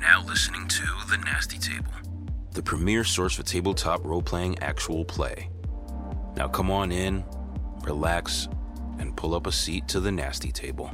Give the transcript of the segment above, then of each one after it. now listening to The Nasty Table, the premier source for tabletop role playing actual play. Now come on in, relax, and pull up a seat to the Nasty Table.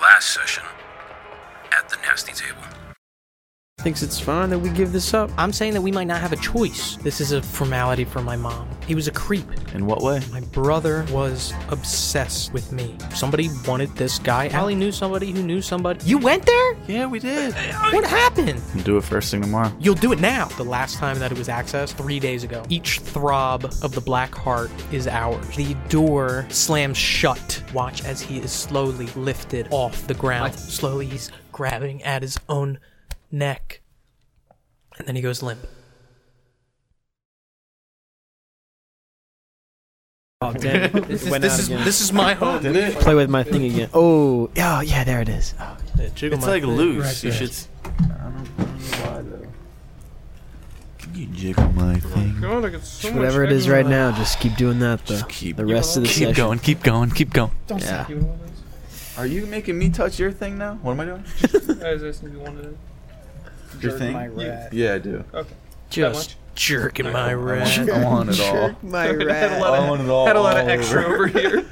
Last session at the Nasty Table. Thinks it's fine that we give this up. I'm saying that we might not have a choice. This is a formality for my mom. He was a creep. In what way? My brother was obsessed with me. Somebody wanted this guy. Allie knew somebody who knew somebody. You went there? Yeah, we did. What happened? Do it first thing tomorrow. You'll do it now. The last time that it was accessed, three days ago. Each throb of the black heart is ours. The door slams shut. Watch as he is slowly lifted off the ground. Slowly, he's grabbing at his own neck. And then he goes limp. Oh, damn. it. This is, Went this out is, again. this is my home. Play with my thing again. Oh, oh yeah, there it is. Oh, Yeah, jiggle It's my like thing. loose. Right you there. should. s- Can you jiggle my thing? God, I get so much whatever it is echo. right now, just keep doing that the, Just keep- the rest of the keep session. going, keep going, keep going. Don't Yeah. suck you one of those. Are you making me touch your thing now? What am I doing? I was asking you one of those. Your thing? Yeah, I do. Just jerking my rat. I'm on it all. My had, a lot I want it all of, had a lot of all extra over here.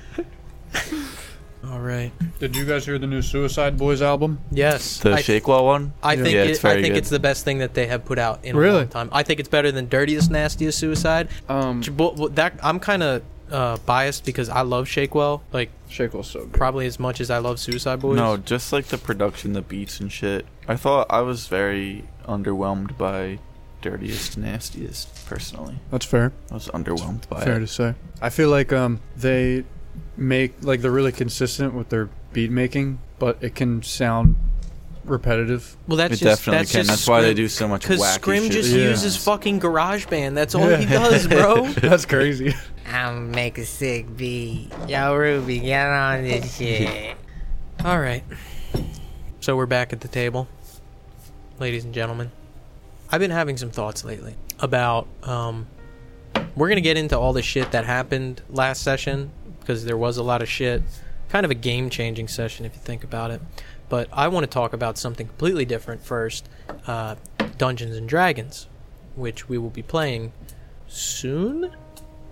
All right. Did you guys hear the new Suicide Boys album? Yes. The I, Shake Law one? I think yeah, it- it's I very think good. it's the best thing that they have put out in a Really? long time. I think it's better than Dirtiest Nastiest Suicide. Um, But but that I'm kind of uh, biased because I love Shakewell like Shake was so good. probably as much as I love Suicide Boys. No, just like the production, the beats and shit. I thought I was very underwhelmed by Dirtiest, Nastiest, personally. That's fair. I was underwhelmed by Fair it. to say. I feel like um they make like they're really consistent with their beat making, but it can sound repetitive. well that's It just definitely that's can. Just That's why they Scrim- do so much Cause wacky Scrim shit. just Yeah. uses fucking GarageBand. That's all he does, bro. That's crazy. I'm make a sick beat. Yo, Ruby, get on this shit. all right. So we're back at the table, ladies and gentlemen. I've been having some thoughts lately about. Um, we're gonna get into all the shit that happened last session because there was a lot of shit. Kind of a game-changing session if you think about it. But I want to talk about something completely different first. Uh, Dungeons and Dragons, which we will be playing soon.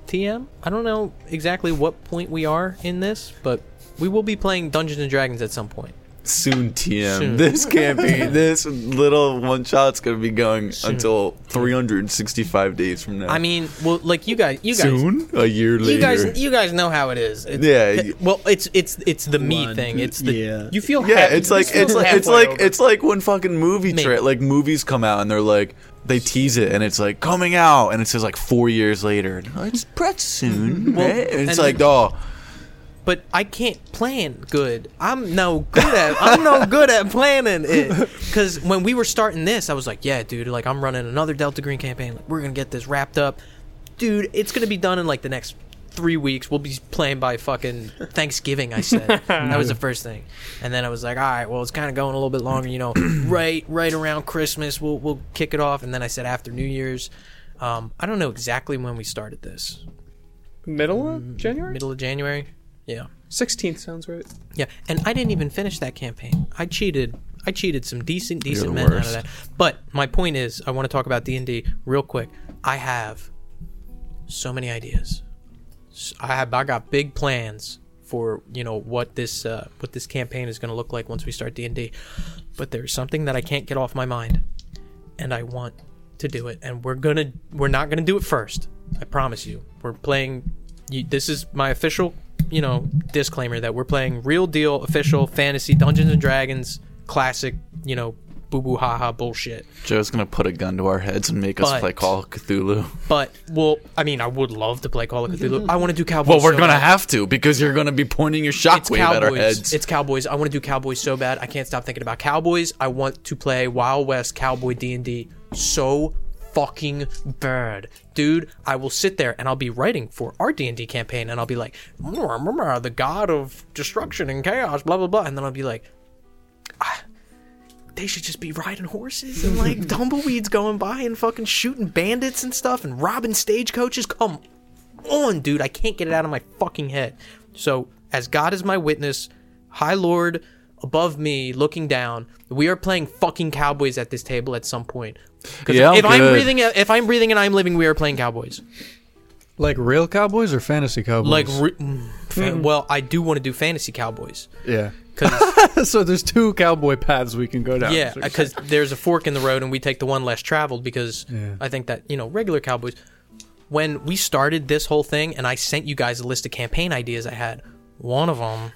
TM. I don't know exactly what point we are in this, but we will be playing Dungeons and Dragons at some point. Soon, TM. Soon. This can't be. This little one shot's gonna be going until 365 days from now. I mean, well, like you guys, you guys, soon, a year later. you guys, you guys know how it is. It's, Yeah, you- Well, it's it's it's the me One, thing. two, It's the yeah. you feel yeah, happy- it's you like feel it's like it's halfway like over. it's like when fucking movie Maybe. tra- like movies come out and they're like they tease it and it's like coming out and it says like four years later and, "Oh, it's pretty soon. right? And it's and like then- oh but I can't plan good. I'm no good at I'm no good at planning it. Cause when we were starting this, I was like, yeah, dude, like I'm running another Delta Green campaign. Like we're gonna get this wrapped up, dude. It's gonna be done in like the next three weeks. We'll be playing by fucking Thanksgiving. I said that was the first thing, and then I was like, all right, well, it's kind of going a little bit longer, you know. right, right around Christmas, we'll we'll kick it off, and then I said after New Year's. Um, I don't know exactly when we started this. Middle Mm-hmm. of January? Middle of January. Yeah. 16th sounds right. Yeah, and I didn't even finish that campaign. I cheated. I cheated some decent, decent the men out of worst. that. But my point is, I want to talk about D and D real quick. I have so many ideas. S- I have. I got big plans for you know what this uh, what this campaign is going to look like once we start D and D. But there's something that I can't get off my mind, and I want to do it. And we're gonna. We're not gonna do it first. I promise you. We're playing. You, this is my official you know, disclaimer that we're playing real deal official fantasy Dungeons and Dragons classic, you know, boo boo haha bullshit. Joe's gonna put a gun to our heads and make us But- play Call of Cthulhu. But well, I mean, I would love to play Call of Cthulhu. I want to do Cowboys. Well, we're so gonna bad. have to because you're gonna be pointing your it's shockwave at our Cowboys. heads. It's Cowboys. I want to do Cowboys so bad. I can't stop thinking about Cowboys. I want to play Wild West Cowboy D and D so fucking bird, dude. I will sit there and I'll be writing for our D and D campaign, and I'll be like, "Mwah, mwah, mwah, the god of destruction and chaos, blah blah blah, and then I'll be like, "Ah, they should just be riding horses and like tumbleweeds going by and fucking shooting bandits and stuff and robbing stagecoaches. Come on, dude. I can't get it out of my fucking head. So, as God is my witness, High Lord above me looking down, we are playing fucking Cowboys at this table at some point. 'Cause Yeah, I'm if I'm good. breathing, if I'm breathing and I'm living, we are playing Cowboys. Like real cowboys or fantasy cowboys? Like, re- mm, fa- well, I do want to do fantasy Cowboys. yeah. 'Cause so there's two cowboy paths we can go down. Yeah, because there's a fork in the road, and we take the one less traveled because Yeah. I think that you know regular cowboys. When we started this whole thing, and I sent you guys a list of campaign ideas I had, one of them,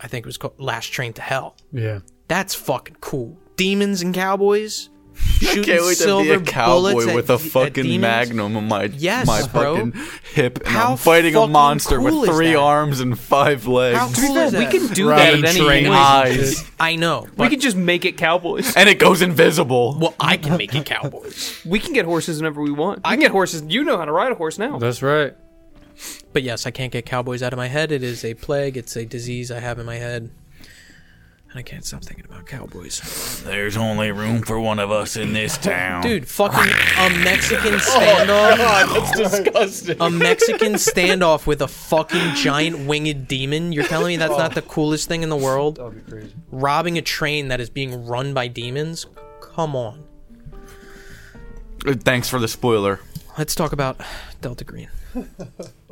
I think it was called "Last Train to Hell." yeah. That's fucking cool. Demons and cowboys. Shooting Can't wait to be silver a cowboy bullets at- with a at fucking demons. magnum on my Yes, my bro. fucking hip, and How I'm fighting a fucking monster cool with is three that? arms and five legs. How cool is We that? can do Riding that at any train point. eyes, I know. We but- can just make it cowboys. and it goes invisible. well, I can make it cowboys. We can get horses whenever we want. I can get horses. You know how to ride a horse now. That's right. But yes, I can't get cowboys out of my head. It is a plague. It's a disease I have in my head. And I can't stop thinking about cowboys. There's only room for one of us in this town. Oh, Dude, fucking a Mexican standoff. That's disgusting. a Mexican standoff with a fucking giant winged demon. You're telling me that's not Oh. the coolest thing in the world? That would be crazy. Robbing a train that is being run by demons? Come on. Thanks for the spoiler. Let's talk about Delta Green.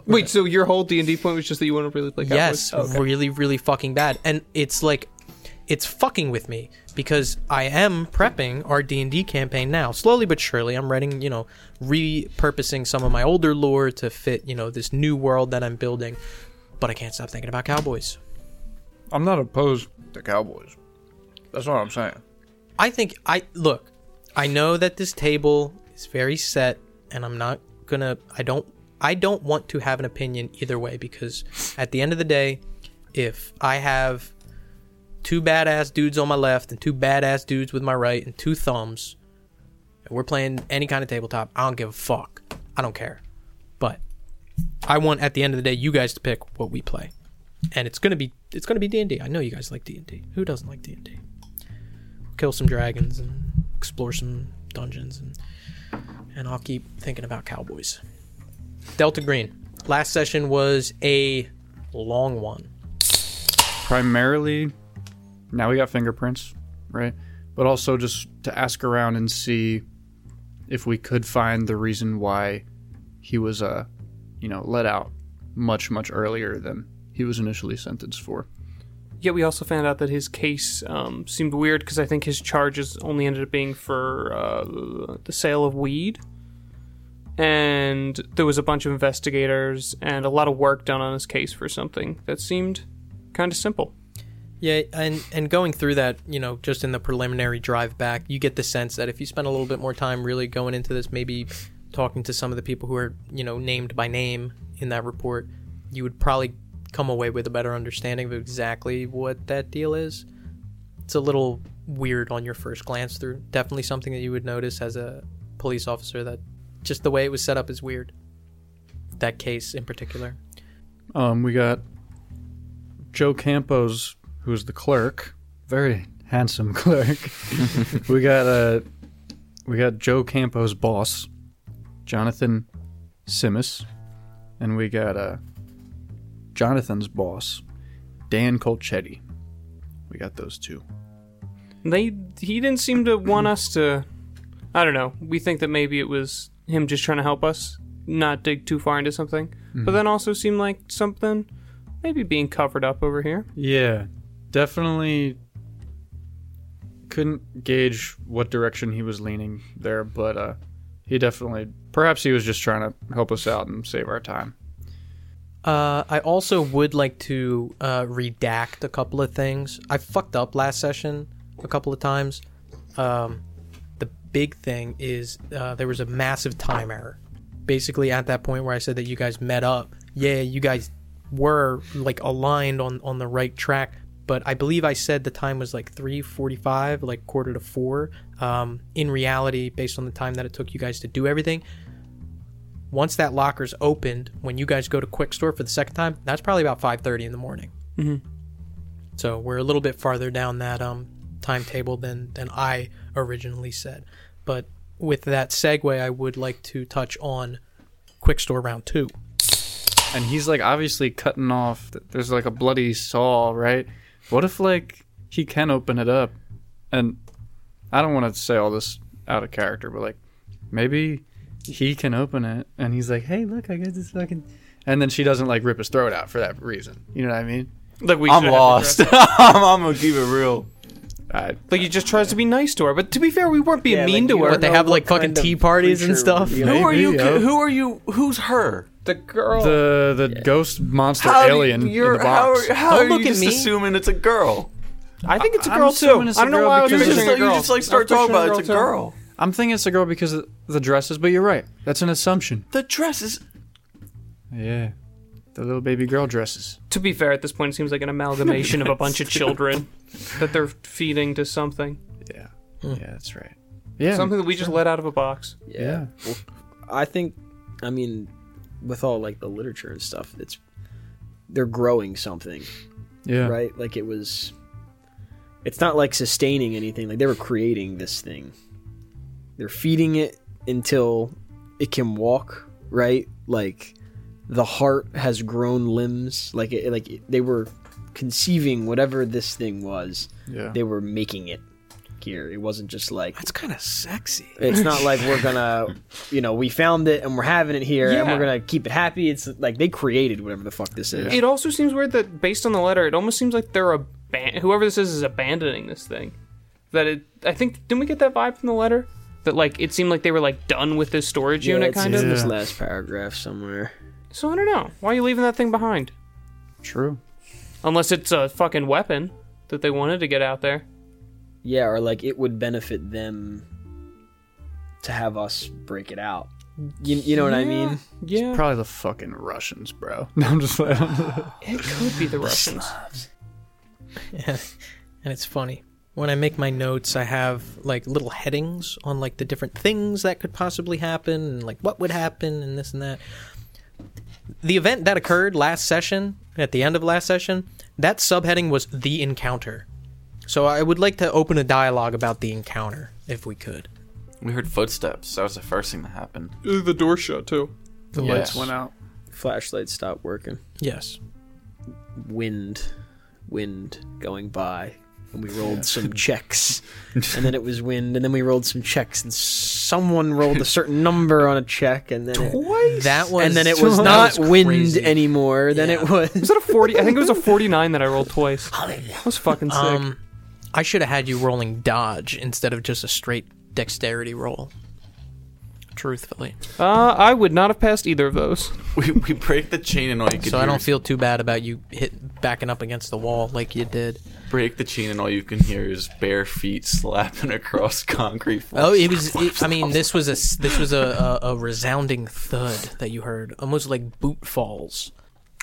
Wait, so your whole D and D point was just that you want to really play cowboys? Yes, really, really fucking bad. And it's like, it's fucking with me because I am prepping our D and D campaign now, slowly but surely. I'm writing, you know, repurposing some of my older lore to fit, you know, this new world that I'm building. But I can't stop thinking about cowboys. I'm not opposed to cowboys. That's what I'm saying. I think I look. I know that this table is very set, and I'm not gonna. I don't. I don't want to have an opinion either way because at the end of the day, if I have two badass dudes on my left and two badass dudes with my right and two thumbs, and we're playing any kind of tabletop, I don't give a fuck. I don't care. But I want at the end of the day you guys to pick what we play, and it's gonna be it's gonna be D and D. I know you guys like D and D. Who doesn't like D and D? kill some dragons and explore some dungeons and and I'll keep thinking about cowboys. Delta Green. Last session was a long one. Primarily, now we got fingerprints, right? But also just to ask around and see if we could find the reason why he was, uh, you know, let out much, much earlier than he was initially sentenced for. Yet we also found out that his case um, seemed weird because I think his charges only ended up being for uh, the sale of weed. And there was a bunch of investigators and a lot of work done on his case for something that seemed kind of simple. Yeah, and and going through that, you know, just in the preliminary drive back, you get the sense that if you spend a little bit more time really going into this, maybe talking to some of the people who are, you know, named by name in that report, you would probably come away with a better understanding of exactly what that deal is. It's a little weird on your first glance through. Definitely something that you would notice as a police officer that just the way it was set up is weird. That case in particular. Um, we got Joe Campos, who's the clerk, very handsome clerk. we got uh, we got Joe Campos' boss, Jonathan Simis, and we got uh, Jonathan's boss, Dan Colchetti. We got those two. And They he didn't seem to want us to. I don't know. We think that maybe it was him just trying to help us not dig too far into something, but then also seemed like something maybe being covered up over here. Yeah, definitely couldn't gauge what direction he was leaning there, but uh, he definitely, perhaps he was just trying to help us out and save our time. Uh, I also would like to uh, redact a couple of things. I fucked up last session a couple of times. Um, the big thing is uh, there was a massive time error. Basically, at that point where I said that you guys met up, yeah, you guys were like aligned on on the right track, but I believe I said the time was like 3:45, like quarter to 4. Um, in reality, based on the time that it took you guys to do everything, once that locker's opened, when you guys go to Quick Store for the second time, that's probably about 5:30 in the morning. Mm-hmm. So we're a little bit farther down that um, timetable than than I originally said. But with that segue, I would like to touch on Quick Store round two. and he's like obviously cutting off there's like a bloody saw right what if like he can open it up and i don't want to say all this out of character but like maybe he can open it and he's like hey look i got this fucking and then she doesn't like rip his throat out for that reason you know what i mean Like we I'm should have lost. addressed- I'm, I'm gonna keep it real. I, Like he just tries to be nice to her, but to be fair, we weren't being mean to her. What they have like fucking tea parties and stuff. Who are you? yo. Who are you? Who's her? the girl. the the ghost monster How do- alien in you're- the box How, how Don't are look you at just me. assuming it's a girl? I think it's a I'm girl too. assuming it's a I don't know girl why I was You because just, picturing a like, you girl. just like I was start talking about picturing it's a too. girl. i'm thinking it's a girl because of the dresses but you're right that's an assumption The dress is. yeah the little baby girl dresses To be fair, at this point, it seems like an amalgamation of a bunch of children that they're feeding to something, yeah Hmm. yeah that's right yeah something that we just let out of a box. yeah I think, I mean, with all like the literature and stuff, it's they're growing something, yeah right? Like it was. It's not like sustaining anything. Like they were creating this thing. They're feeding it until it can walk, right? Like the heart has grown limbs. Like it, like they were conceiving whatever this thing was. Yeah. They were making it here. It wasn't just like That's kind of sexy. It's not like we're gonna, you know, we found it and we're having it here and Yeah. we're gonna keep it happy. It's like they created whatever the fuck this is. It also seems weird that based on the letter, it almost seems like they're aban- whoever this is is abandoning this thing. That it, I think, didn't we get that vibe from the letter? That like it seemed like they were like done with this storage Yeah, unit, it's kind in of. this Yeah. last paragraph somewhere. So I don't know. Why are you leaving that thing behind? True. Unless it's a fucking weapon that they wanted to get out there. Yeah, or like it would benefit them to have us break it out. You, you know what I mean? Yeah, Hmm. Probably the fucking Russians, bro. No, I'm just like, it could be the Russians. and it's funny when i make my notes i have like little headings on like the different things that could possibly happen and like what would happen and this and that the event that occurred last session at the end of last session that subheading was the encounter so i would like to open a dialogue about the encounter if we could We heard footsteps. That was the first thing that happened. The door shut too. the lights went out. Flashlights stopped working. yes Wind, wind going by, and we rolled some checks, and then it was wind, and then we rolled some checks, and someone rolled a certain number on a check, and then. It, that was and then it was that not was wind crazy. anymore. Then Yeah. it was. Was that a forty? I think it was a forty-nine that I rolled twice. That was fucking sick. um i should have had you rolling dodge instead of just a straight dexterity roll truthfully uh, I would not have passed either of those. We, we break the chain and all you could So hear I don't is- feel too bad about you hit backing up against the wall like you did. break the chain and all you can hear is bare feet slapping across concrete. Oh, floors. it was. It, I mean, this was a s- this was a, a, a resounding thud that you heard, almost like boot falls.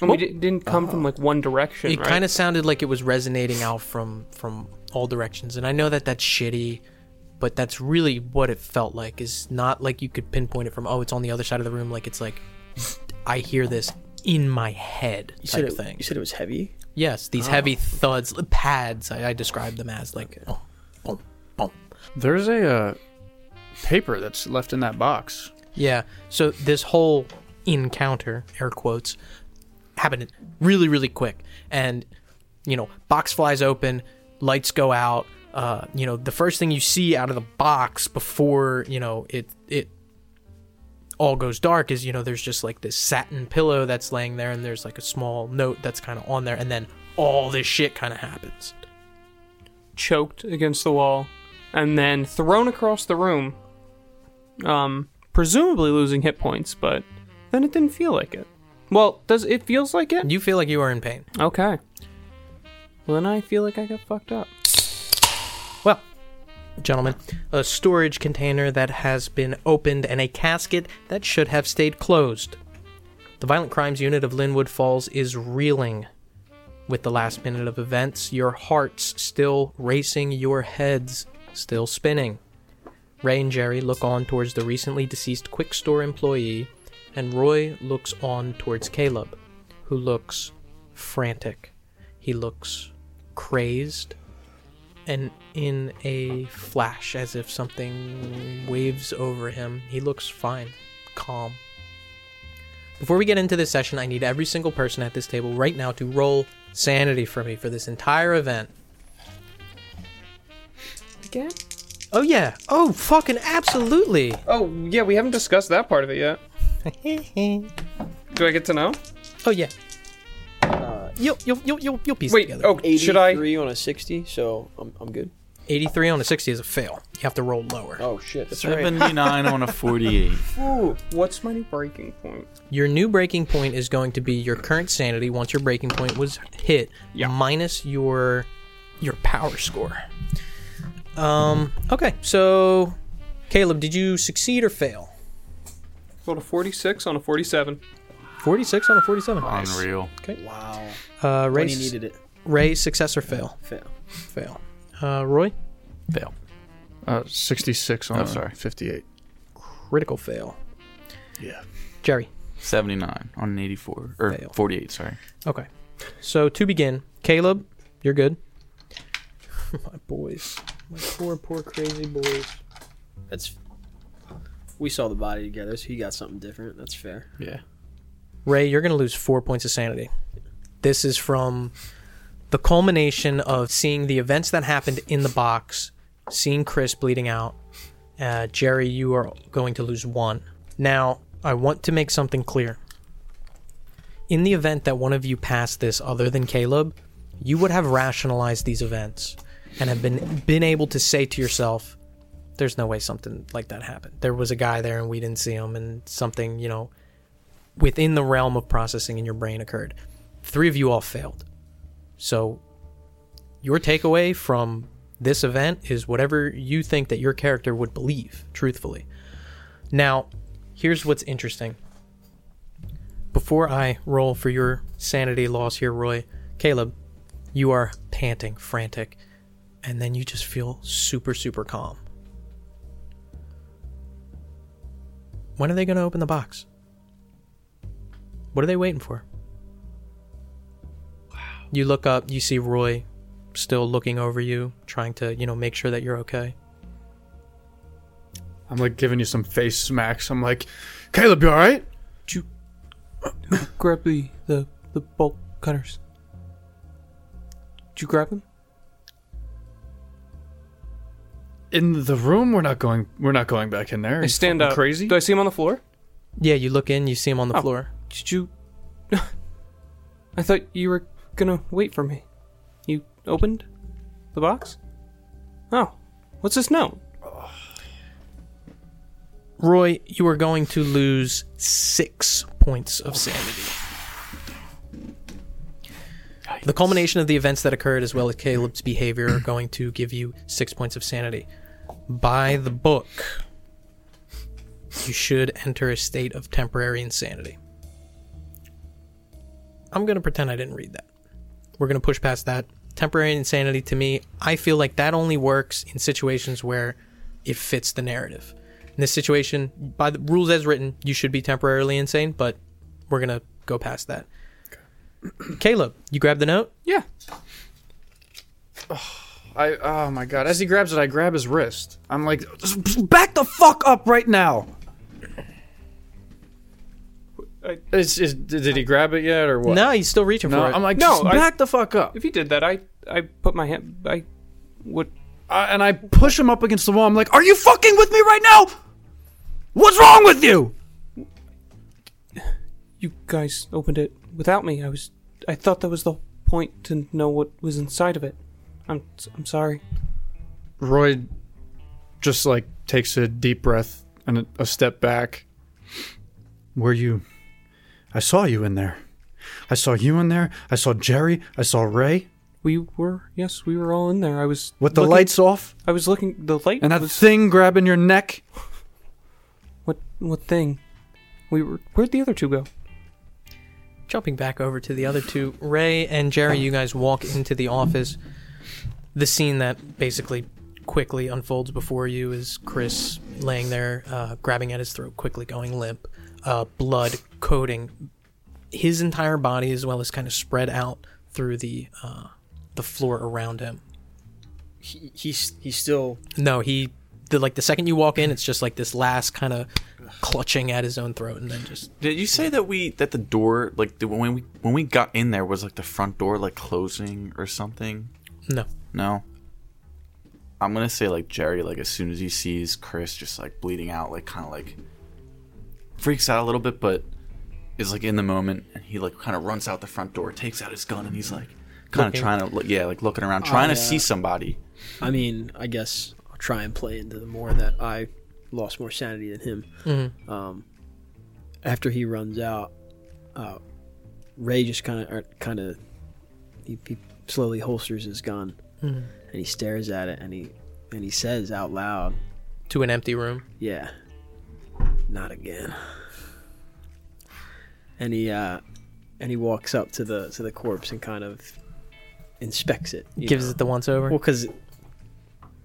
And we di- didn't come from like one direction. It right? kind of sounded like it was resonating out from from all directions, and I know that that's shitty, but that's really what it felt like. Is not like you could pinpoint it from. Oh, it's on the other side of the room. Like it's like I hear this in my head type You said, it, thing. you said Oh. it was heavy. Yes, these heavy thuds, pads. I, I describe them as like oh, boom, boom, boom. There's a uh, paper that's left in that box. Yeah. So this whole encounter, air quotes, happened really, really quick. And, you know, box flies open, lights go out. Uh, you know, the first thing you see out of the box before, you know, it it all goes dark is, you know, there's just like this satin pillow that's laying there and there's like a small note that's kind of on there and then all this shit kind of happens. choked against the wall, and then thrown across the room. Um, presumably losing hit points, but then it didn't feel like it. Well, does it feels like it? You feel like you are in pain. Okay. Well, then I feel like I got fucked up. Well, gentlemen, a storage container that has been opened and a casket that should have stayed closed. The Violent Crimes Unit of Linwood Falls is reeling. with the last minute of events, your hearts still racing, your heads still spinning. Ray and Jerry look on towards the recently deceased Quick Store employee, and Roy looks on towards Caleb, who looks frantic. He looks crazed, and in a flash, as if something waves over him, he looks fine, calm. Before we get into this session, I need every single person at this table right now to roll sanity for me for this entire event. Again? Oh, yeah. Oh, fucking absolutely. Oh, yeah, we haven't discussed that part of it yet. Do I get to know? Oh, yeah. Uh, You'll, you'll, you'll, you'll, you'll piece it Wait, together. oh, should I? 83 on a 60, so I'm, I'm good. 83 on a 60 is a fail. You have to roll lower. Oh, shit. That's right. 79 on a 48. Ooh, what's my new breaking point? Your new breaking point is going to be your current sanity once your breaking point was hit minus your your power score. Um okay, so Caleb, did you succeed or fail? Rolled a 46 on a 47. 46 on a 47. Unreal. Wow. Uh Ray, When he needed it. Ray success or fail? Fail. Fail. Uh Roy? Fail. Uh, 66 on Oh, a sorry. 58. Critical fail. Yeah. Jerry. 79 on an 84. Or Fail. 48, sorry. Okay. So to begin, Caleb, you're good. My boys. My poor, poor crazy boys. That's. We saw the body together, so he got something different. That's fair. Yeah. Ray, you're going to lose four points of sanity. This is from the culmination of seeing the events that happened in the box, seeing Chris bleeding out. Uh, Jerry, you are going to lose one. Now, I want to make something clear. In the event that one of you passed this other than Caleb, you would have rationalized these events and have been been able to say to yourself, there's no way something like that happened. There was a guy there and we didn't see him and something, you know, within the realm of processing in your brain occurred. Three of you all failed. So, your takeaway from this event is whatever you think that your character would believe, truthfully. Now, here's what's interesting. Before I roll for your sanity loss here, Roy, Caleb, you are panting, frantic, and then you just feel super, super calm. When are they going to open the box? What are they waiting for? You look up, you see Roy still looking over you, trying to, you know, make sure that you're okay. I'm like giving you some face smacks. I'm like, Caleb, you alright? Grab the, the, the bolt cutters. Did you grab them? In the room, we're not going. We're not going back in there. Are I you stand fucking up. Crazy. Do I see him on the floor? Yeah, you look in, you see him on the Oh. floor. Did you. I thought you were gonna wait for me. You opened the box? Oh. What's this note? Roy, you are going to lose six points of sanity. The culmination of the events that occurred, as well as Caleb's behavior, are going to give you six points of sanity. By the book, you should enter a state of temporary insanity. I'm going to pretend I didn't read that. We're going to push past that. Temporary insanity, to me, I feel like that only works in situations where it fits the narrative. In this situation, by the rules as written, you should be temporarily insane, but we're going to go past that. Caleb, you grab the note? Yeah. I oh my god! As he grabs it, I grab his wrist. I'm like, back the fuck up right now. I- Is, is, did he grab it yet or what? No, he's still reaching no. for it. I'm like, No, "Just I- back the fuck up. If he did that, I I put my hand. I would. I- and I push him up against the wall. I'm like, are you fucking with me right now? What's wrong with you? You guys opened it without me. I was. I thought that was the point to know what was inside of it. I'm. I'm sorry. Roy just like takes a deep breath and a, a step back. Were you? I saw you in there. I saw you in there. I saw Jerry. I saw Ray We were. Yes, we were all in there. I was. with the looking- lights off I was looking. The light. and that thing grabbing your neck. What? What thing? We were. Where'd the other two go? Jumping back over to the other two, Ray and Jerry, you guys walk into the office. The scene that basically quickly unfolds before you is Chris laying there, uh, grabbing at his throat, quickly going limp, uh, blood coating his entire body as well as kind of spread out through the uh, the floor around him. He, he's he's still No, he the, like the second you walk in, it's just like this last kind of clutching at his own throat and then just Did you say that we that the door like the, when we when we got in there was like the front door like closing or something? no. No. I'm gonna say like Jerry like as soon as he sees Chris just like bleeding out like kind of like freaks out a little bit but is like in the moment and he like kind of runs out the front door takes out his gun and he's like kind of Looking. Oh, trying to look yeah like looking around trying to yeah. see somebody I mean, I guess I'll try and play into the more that I lost more sanity than him. Mm-hmm. Um, after he runs out, uh, Ray just kind of kind of he, he slowly holsters his gun Mm-hmm. and he stares at it and he and he says out loud, to an empty room. "Yeah, not again." And he uh, and he walks up to the to the corpse and kind of inspects it. you gives know? it the once over. Well, because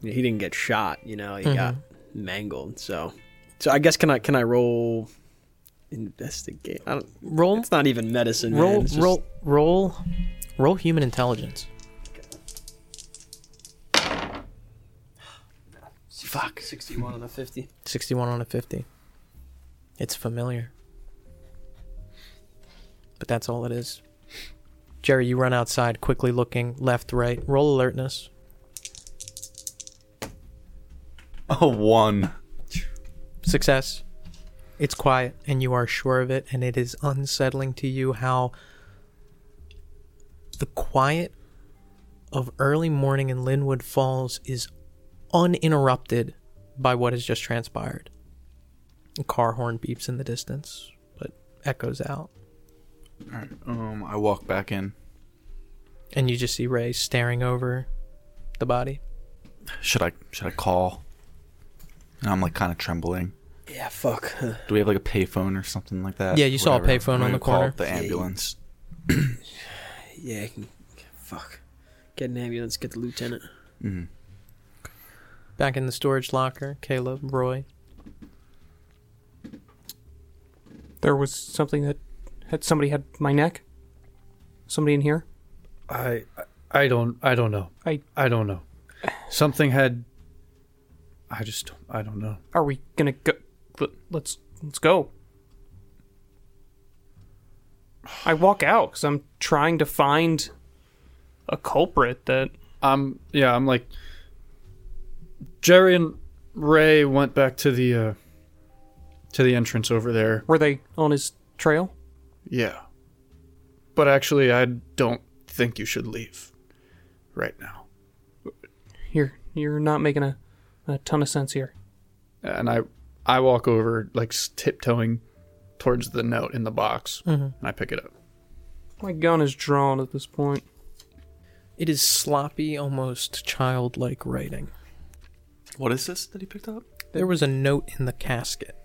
he didn't get shot, you know, he got Mm-hmm. mangled. So, so I guess can I can I roll investigate? I don't. roll It's not even medicine. man, roll it's just- roll roll roll human intelligence. Fuck. Sixty-one on a fifty. 61 on a 50. It's familiar. But that's all it is. Jerry, you run outside, quickly looking left, right. Roll alertness. oh one Success. It's quiet, and you are sure of it, and it is unsettling to you how the quiet of early morning in Linwood Falls is uninterrupted by what has just transpired. A car horn beeps in the distance, but echoes out. um I walk back in and you just see Ray staring over the body. should I should I call and I'm like kind of trembling Yeah. Fuck. do we have like a payphone or something like that Yeah, you saw a payphone on I'm gonna the call corner. up the ambulance yeah. I can, fuck. Get an ambulance. Get the lieutenant. Back in the storage locker, Caleb, Roy. There was something that had somebody had my neck. Somebody in here. I I don't I don't know. I- I don't know. Something had I just don't I don't know. Are we gonna go? let- Let's let's go. I walk out because I'm trying to find a culprit that I'm yeah, I'm like Jerry and Ray went back to the uh to the entrance over there. were they on his trail. Yeah. But actually I don't think you should leave right now. You're you're not making a, a ton of sense here. And I I walk over like s- tiptoeing towards the note in the box and I pick it up. My gun is drawn at this point. It is sloppy, almost childlike writing. what is this that he picked up There was a note in the casket.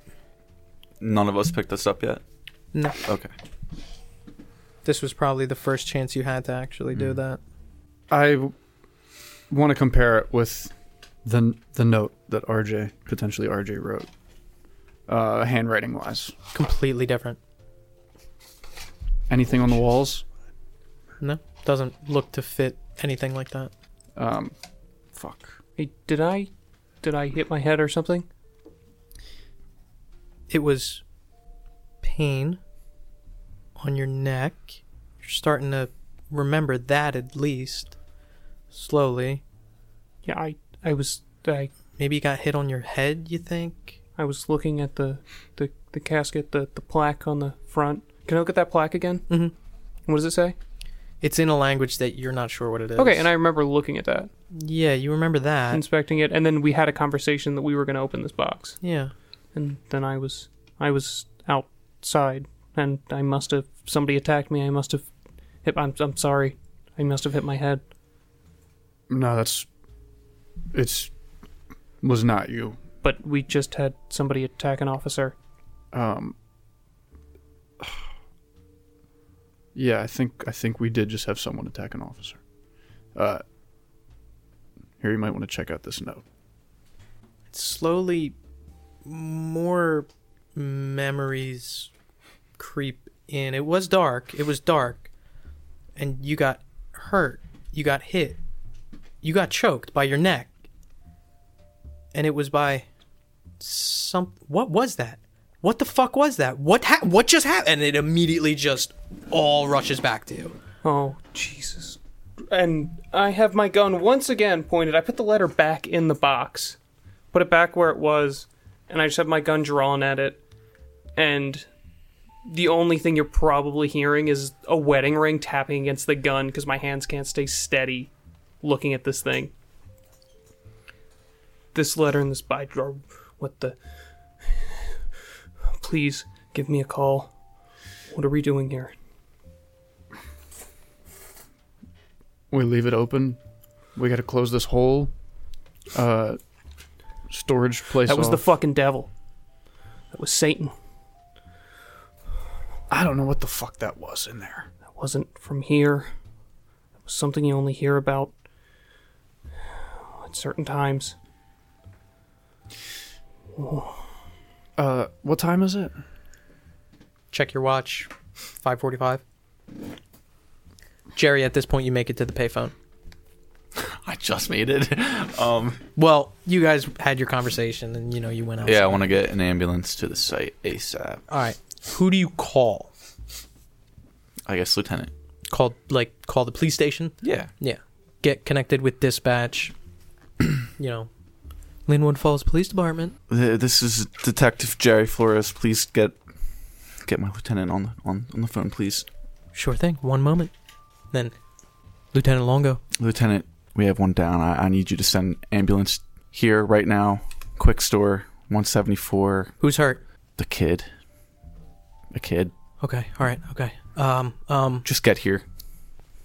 none of us picked this up yet No. okay This was probably the first chance you had to actually do that. I want to compare it with the the note that RJ potentially RJ wrote, uh, handwriting wise. Completely different. Anything on the walls? No, doesn't look to fit anything like that. Um, fuck Hey, did I did I hit my head or something? It was pain on your neck. You're starting to remember that at least. Slowly. Yeah, I I was I Maybe you got hit on your head, you think? I was looking at the the, the casket, the the plaque on the front. Can I look at that plaque again? Mhm. What does it say? It's in a language that you're not sure what it is. Okay, and I remember looking at that, yeah, you remember that. inspecting it, and then we had a conversation that we were going to open this box, yeah, and then I was I was outside, and I must have somebody attacked me. I must have hit. I'm I'm sorry. I must have hit my head. no, that's it's was not you. But we just had somebody attack an officer. Um, Yeah, I think I think we did just have someone attack an officer. Uh, here you might want to check out this note. slowly more memories creep in. It was dark. It was dark. And you got hurt. You got hit. You got choked by your neck. And it was by some what was that? What the fuck was that? What ha- what just happened? And it immediately just all rushes back to you. Oh, Jesus. And I have my gun once again pointed. I put the letter back in the box, put it back where it was, and I just have my gun drawn at it. And the only thing you're probably hearing is a wedding ring tapping against the gun because my hands can't stay steady looking at this thing. This letter and this by what the please give me a call. What are we doing here? We leave it open. We got to close this whole uh, storage place. That was the off. fucking devil. That was Satan. I don't know what the fuck that was in there. That wasn't from here. That was something you only hear about at certain times. Uh, what time is it? Check your watch. 5:45. Jerry, at this point you make it to the payphone. I just made it. Um, Well, you guys had your conversation and you know you went out. yeah, I want to get an ambulance to the site ASAP. All right. Who do you call? I guess Lieutenant. Call like call the police station? Yeah. Yeah. Get connected with dispatch. you know, Linwood Falls Police Department. This is Detective Jerry Flores. Please get get my lieutenant on the on, on the phone, please. Sure thing. One moment. Then Lieutenant Longo. Lieutenant, we have one down. I, I need you to send ambulance here right now. Quick store, 174. Who's hurt? The kid. A kid. Okay. All right. Okay. Um um Just get here.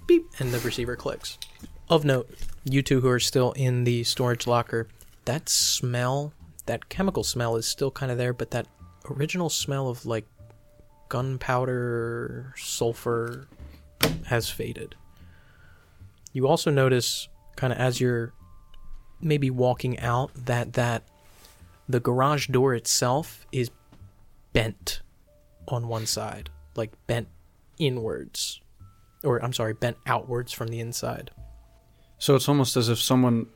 beep and the receiver clicks. Of note, you two who are still in the storage locker, that smell, that chemical smell is still kind of there, but that original smell of like gunpowder, sulfur has faded. You also notice kind of as you're maybe walking out that that the garage door itself is bent on one side, like bent inwards or I'm sorry, bent outwards from the inside. So it's almost as if someone,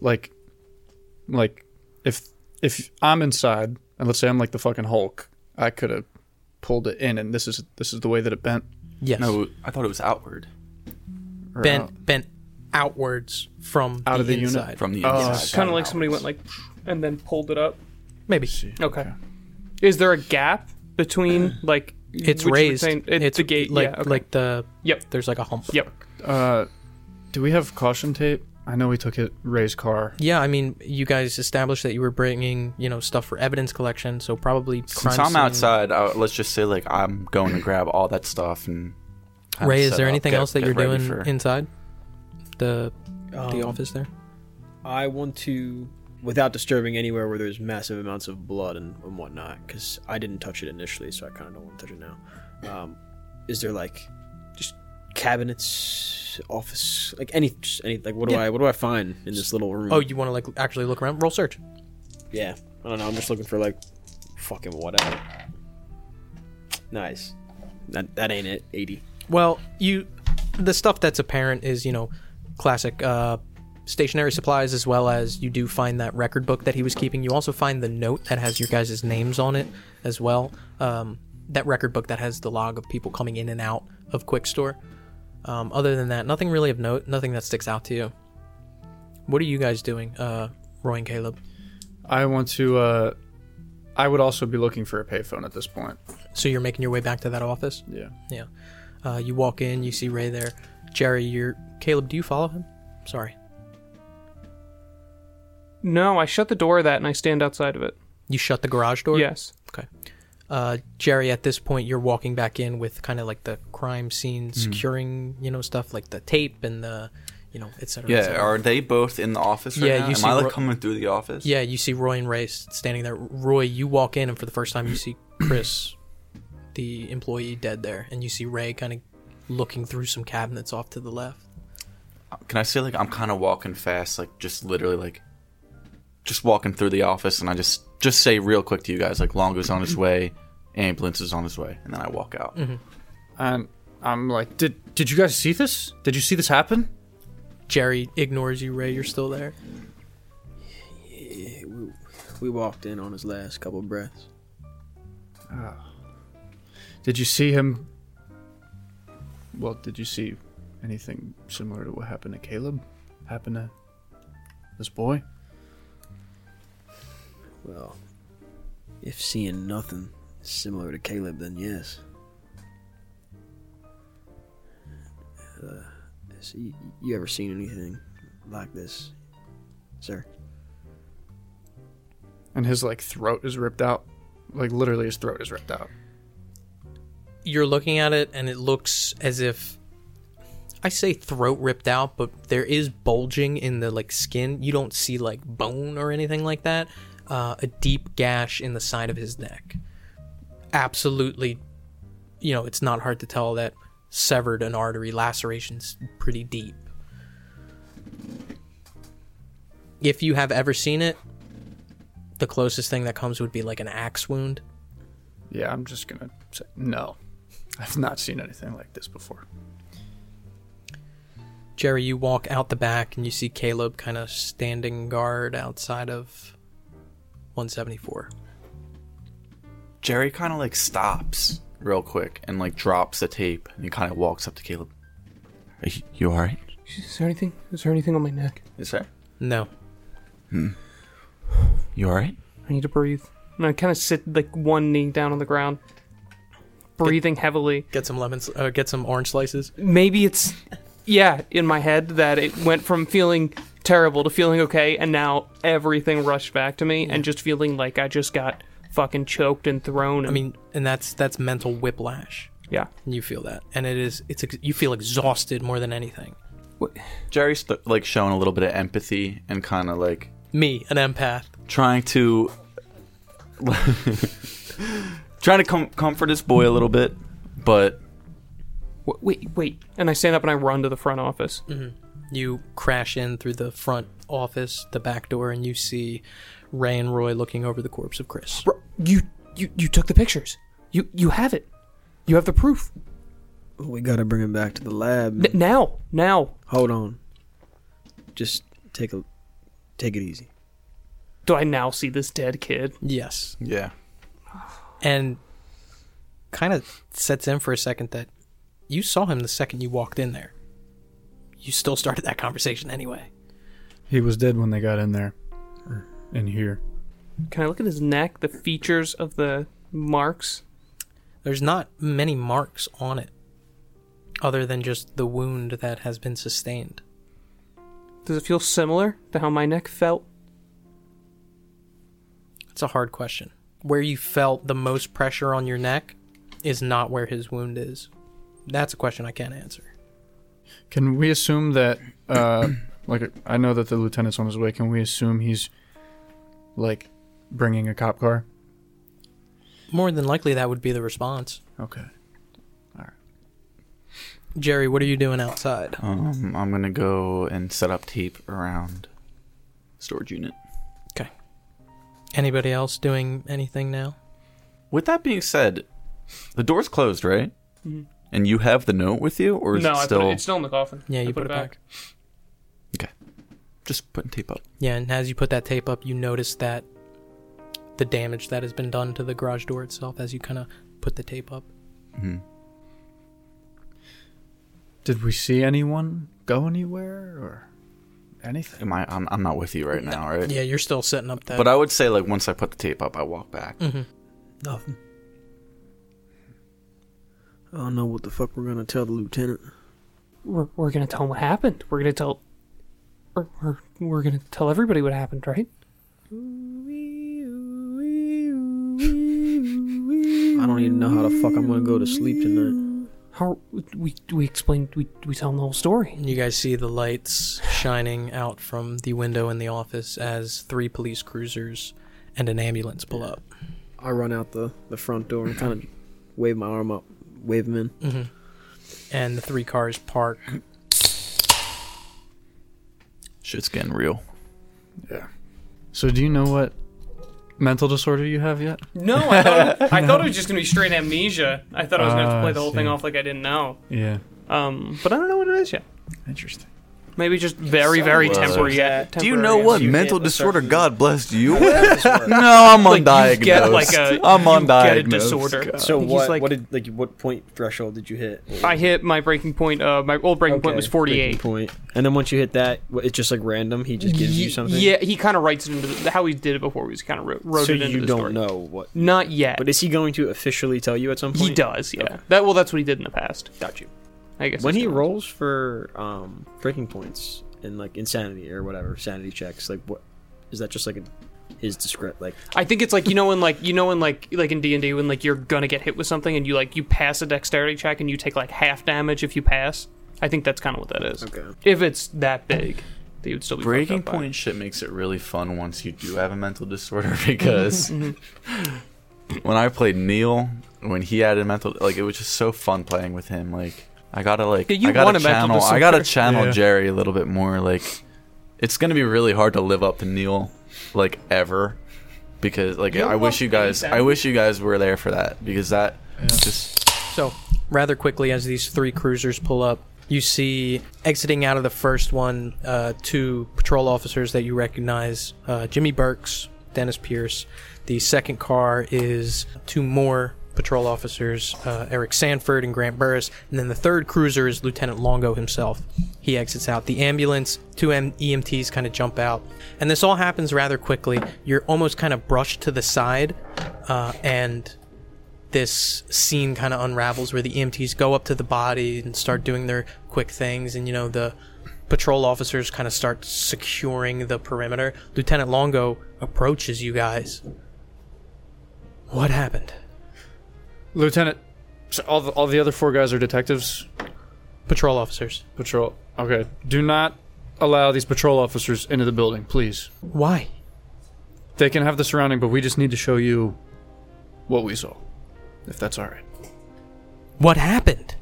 like, like if if I'm inside and let's say I'm like the fucking Hulk, I could have pulled it in, and this is this is the way that it bent. Yes, No, I thought it was outward or bent out. bent outwards from Out the, of the unit? inside. from the Oh, inside. it's Kind of like somebody went like and then pulled it up. Maybe Okay. Is there a gap between like it's what you were raised. saying- it- it's the gate, like yeah, okay. like the Yep. There's like a hump. Yep. Uh, do we have caution tape? I know we took it Ray's car. Yeah, I mean, you guys established that you were bringing you know stuff for evidence collection, so probably crime Since I'm scene- outside, uh, let's just say like I'm going to grab all that stuff and. kinda Ray, is set there up, anything get- else that get you're ready doing for- inside the the Um, office there? I want to, without disturbing anywhere where there's massive amounts of blood and, and whatnot, because I didn't touch it initially, so I kind of don't want to touch it now. Um, is there like just cabinets, office, like any, just any, like what do Yeah. I, what do I find in this little room? Oh, you want to like actually look around? Roll search. yeah. I don't know. I'm just looking for like fucking whatever. Nice. That that ain't it. Eighty. Well, you the stuff that's apparent is, you know, classic uh stationary supplies as well as you do find that record book that he was keeping. You also find the note that has your guys' names on it as well. Um that record book that has the log of people coming in and out of Quick Store. Um, other than that, nothing really of note, nothing that sticks out to you. What are you guys doing, uh, Roy and Caleb? I want to. Uh, I would also be looking for a payphone at this point. So you're making your way back to that office? Yeah. Yeah. Uh, you walk in, you see Ray there. Jerry, you're. Caleb, do you follow him? Sorry. No, I shut the door of that and I stand outside of it. You shut the garage door? yes. uh, Jerry, at this point, you're walking back in with kind of like the crime scene securing, you know, stuff like the tape and the, you know, et cetera. et Yeah, cetera. are they both in the office right Yeah, now? you Am see I like Ro- coming through the office? yeah. You see Roy and Ray standing there. Roy, you walk in, and for the first time, you see Chris, the employee dead there, and you see Ray kind of looking through some cabinets off to the left. Can I say like I'm kind of walking fast, like just literally like just walking through the office, and I just just say real quick to you guys like Longo's on his way, ambulance is on his way, and then I walk out. Mm-hmm. And I'm like, did did you guys see this? Did you see this happen? Jerry ignores you, Ray. You're still there. We walked in on his last couple breaths. Did you see him? Well, did you see anything similar to what happened to Caleb? Happened to this boy? Well, if seeing nothing similar to Caleb, then yes. Uh, so you, you ever seen anything like this, sir? And his like throat is ripped out. Like literally, his throat is ripped out. You're looking at it, and it looks as if I say throat ripped out, but there is bulging in the like skin. You don't see like bone or anything like that. Uh, a deep gash in the side of his neck. Absolutely, you know, it's not hard to tell that severed an artery. Lacerations pretty deep. If you have ever seen it, the closest thing that comes would be like an axe wound. Yeah, I'm just gonna say no. I've not seen anything like this before. Jerry, you walk out the back and you see Caleb kind of standing guard outside of 174. Jerry kind of like stops real quick and like drops the tape, and he kind of walks up to Caleb. Are you, you all right? Is there anything? Is there anything on my neck? Is that No. you all right? I need to breathe. And I kind of sit like one knee down on the ground, breathing heavily. Get some lemons, uh, get some orange slices. Maybe it's, yeah, in my head that it went from feeling terrible to feeling okay, and now everything rushed back to me, and just feeling like I just got fucking choked and thrown. And, I mean, and that's that's mental whiplash. yeah. You feel that. And it is it's ex- you feel exhausted more than anything. Jerry's th- like showing a little bit of empathy and kind of like Me, an empath. trying to trying to com- comfort his boy a little bit, but W- Wait, wait. And I stand up and I run to the front office. You crash in through the front office, the back door, and you see Ray and Roy looking over the corpse of Chris. Bro, you, you, you took the pictures. You, you have it. You have the proof. Well, we gotta bring him back to the lab. N- now, now. Hold on. Just take a take it easy. Do I now see this dead kid? Yes. yeah, And kind of sets in for a second that you saw him the second you walked in there. You still started that conversation anyway. He was dead when they got in there, or in here. Can I look at his neck, the features of the marks? There's not many marks on it other than just the wound that has been sustained. Does it feel similar to how my neck felt? It's a hard question. Where you felt the most pressure on your neck is not where his wound is. That's a question I can't answer. Can we assume that, uh, like, I know that the lieutenant's on his way. Can we assume he's, like, bringing a cop car? More than likely, that would be the response. Okay. Jerry, what are you doing outside? um, I'm gonna go and set up tape around storage unit. Anybody else doing anything now? With that being said, the door's closed, right? And you have the note with you, or is it still still in the coffin. Yeah, you put, it back. just putting tape up? Yeah, and as you put that tape up, you notice that the damage that has been done to the garage door itself as you kind of put the tape up. Did we see anyone go anywhere or anything? Am I? I'm, I'm not with you right now, right? Yeah, you're still setting up that. But I would say like once I put the tape up, I walk back. Nothing. I don't know what the fuck we're gonna tell the lieutenant. We're, we're gonna tell him what happened. We're gonna tell. We're, we're, we're gonna tell everybody what happened, right? I don't even know how the fuck I'm gonna go to sleep tonight. How we we explained we we tell him the whole story. You guys see the lights shining out from the window in the office as three police cruisers and an ambulance pull up. I run out the, the front door and kind of wave my arm up, wave him in. and the three cars park. Shit's getting real. So do you know what mental disorder you have yet? No, I thought, it, I thought it was just gonna be straight amnesia. I thought I was gonna have to Ah, play I the whole thing see. off like I didn't know. Yeah. Um, but I don't know what it is yet. Interesting. Maybe just very, very uh, temporary. Do you know temporary what amnesia. mental Yeah, let's start disorder from- God blessed you with? no, I'm Like, undiagnosed. you get, like, a- I'm you undiagnosed. get a disorder. God. So Uh, He's what? like- what did like what point threshold did you hit? I hit my breaking point. Uh, my old breaking point was Okay, breaking forty-eight. point. And then once you hit that, what- it's just like random. He just gives you Ye- something. Yeah, he kind of writes it into the, how he did it before. He was kind of wrote, wrote So it into you the don't story. know what. Not yet. But is he going to officially tell you at some point? he does. Yeah. That well, that's what he did in the past. Got you. I guess When that's he what- rolls for um breaking points and like insanity or whatever sanity checks, like what is that? Just like a, his discret like I think it's like you know when like you know when like like in D and D when like you're gonna get hit with something and you like you pass a dexterity check and you take like half damage if you pass. I think that's kind of what that is. Okay. If it's that big, they would still be fucked Breaking up by it. point shit makes it really fun once you do have a mental disorder because Mm-hmm. when I played Neil, when he had a mental like it was just so fun playing with him. Like I gotta like Yeah, you I gotta want a mental channel I gotta disorder. channel Yeah. Jerry a little bit more. Like it's gonna be really hard to live up to Neil like ever because like I wish won't you guys be I wish you guys were there for that because that just So, rather quickly, as these three cruisers pull up, you see exiting out of the first one uh, two patrol officers that you recognize uh, Jimmy Burks, Dennis Pierce. The second car is two more patrol officers, uh, Eric Sanford and Grant Burris. And then the third cruiser is Lieutenant Longo himself. He exits out. The ambulance, two M- EMTs kind of jump out. And this all happens rather quickly. You're almost kind of brushed to the side, uh, and this scene kind of unravels where the EMTs go up to the body and start doing their quick things, and you know the patrol officers kind of start securing the perimeter. Lieutenant Longo approaches you guys. What happened? Lieutenant, so all the, all the other four guys are detectives. Patrol officers. Patrol. Okay. Do not allow these patrol officers into the building, please. Why? They can have the surrounding, but we just need to show you what we saw, if that's all right. What happened?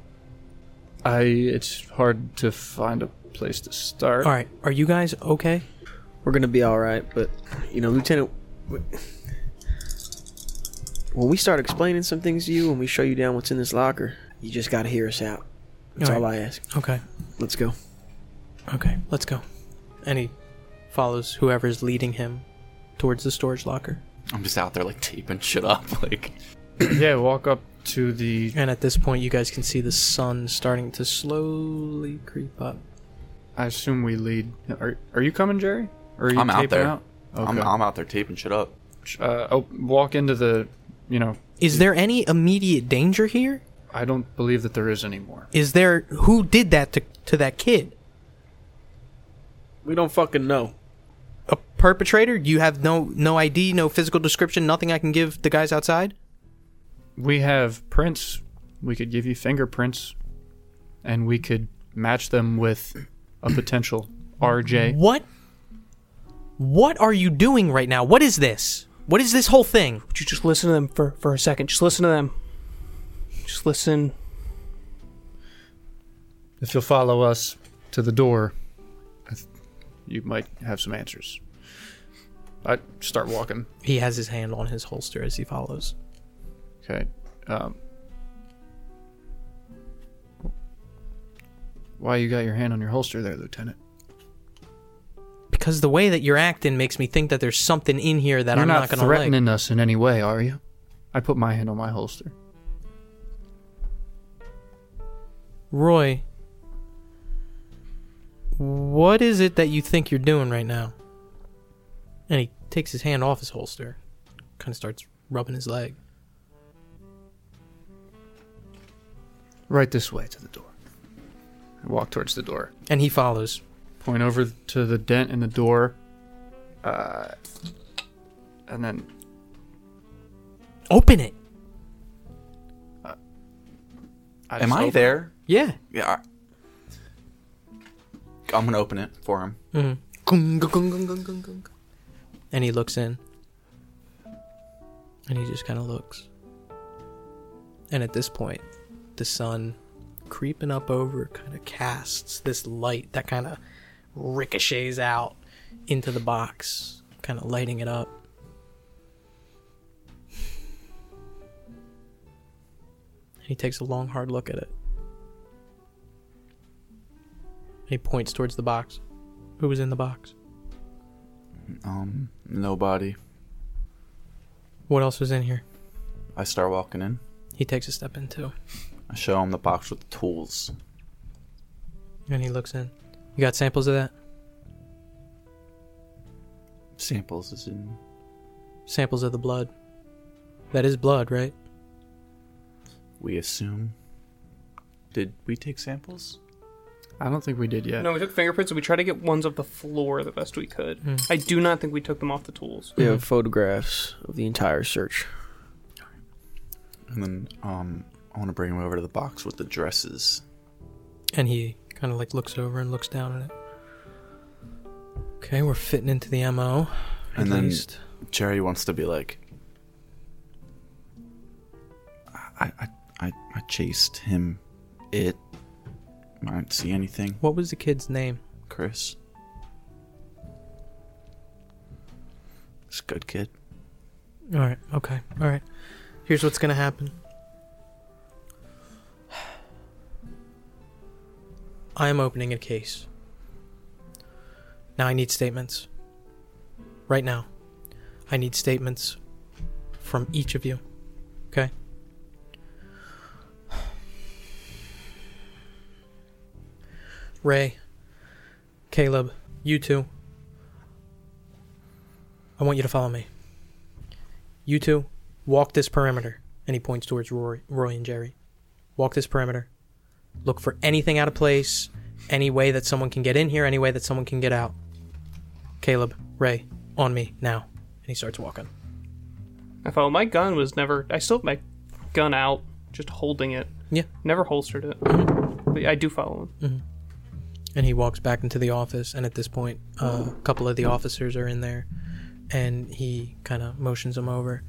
I. It's hard to find a place to start. All right, are you guys okay? we're gonna be all right. But you know, Lieutenant, w- when we start explaining some things to you and we show you down what's in this locker, you just gotta hear us out. That's all I ask. Okay, Let's go. okay, let's go. And he follows whoever's leading him towards the storage locker. I'm just out there like taping shit up like Yeah. Walk up to the. And at this point, you guys can see the sun starting to slowly creep up. I assume we lead. Are Are you coming, Jerry? Or are you I'm out taping there. out? Okay. I'm I'm out there taping shit up. uh, oh, walk into the. You know, Is there any immediate danger here? I don't believe that there is anymore. Is there who did that to to that kid? We don't fucking know. A perpetrator? You have no no ID, no physical description, nothing I can give the guys outside? We have prints. We could give you fingerprints, and we could match them with a potential RJ. What What are you doing right now? What is this? What is this whole thing? Would you just listen to them for for a second? Just listen to them. Just listen. If you'll follow us to the door, I th- you might have some answers. I start walking. He has his hand on his holster as he follows. Okay. Um, why you got your hand on your holster there, Lieutenant? Because the way that you're acting makes me think that there's something in here that You're I'm not, not, gonna like. threatening us in any way, are you? I put my hand on my holster. Roy, what is it that you think you're doing right now? And he takes his hand off his holster, kind of starts rubbing his leg. Right this way to the door. I walk towards the door. And he follows. Point over to the dent in the door. Uh, and then Open it! I Am just I open- there? Yeah. Yeah. I'm gonna open it for him. Gung, gung, gung, gung, gung, gung, gung. And he looks in. And he just kind of looks. And at this point, the sun creeping up over kind of casts this light that kind of ricochets out into the box, kind of lighting it up. And he takes a long, hard look at it. And he points towards the box. Who was in the box? Um, nobody. What else was in here? I start walking in. He takes a step in too, I show him the box with the tools. and he looks in. You got samples of that? Samples is in. Samples of the blood. That is blood, right? We assume. Did we take samples? I don't think we did yet. No, we took fingerprints and we tried to get ones of the floor the best we could. I do not think we took them off the tools. We have photographs of the entire search. And then, um, I want to bring him over to the box with the dresses. And he kind of like looks over and looks down at it. Okay, we're fitting into the MO. At And then- least. Jerry wants to be like, I, I, I, I chased him. It. I didn't see anything. What was the kid's name? Chris. It's a good kid. All right, okay, all right. Here's what's gonna happen. I am opening a case. Now I need statements. Right now, I need statements from each of you. Okay? Ray, Caleb, you two, I want you to follow me. You two, walk this perimeter. And he points towards Roy, Roy and Jerry. Walk this perimeter. Look for anything out of place, any way that someone can get in here, any way that someone can get out. Caleb, Ray, on me now. And he starts walking. I thought my gun was never. I still have my gun out, just holding it. Yeah. Never holstered it. But I do follow him. And he walks back into the office. And at this point, uh, a couple of the officers are in there. And he kind of motions them over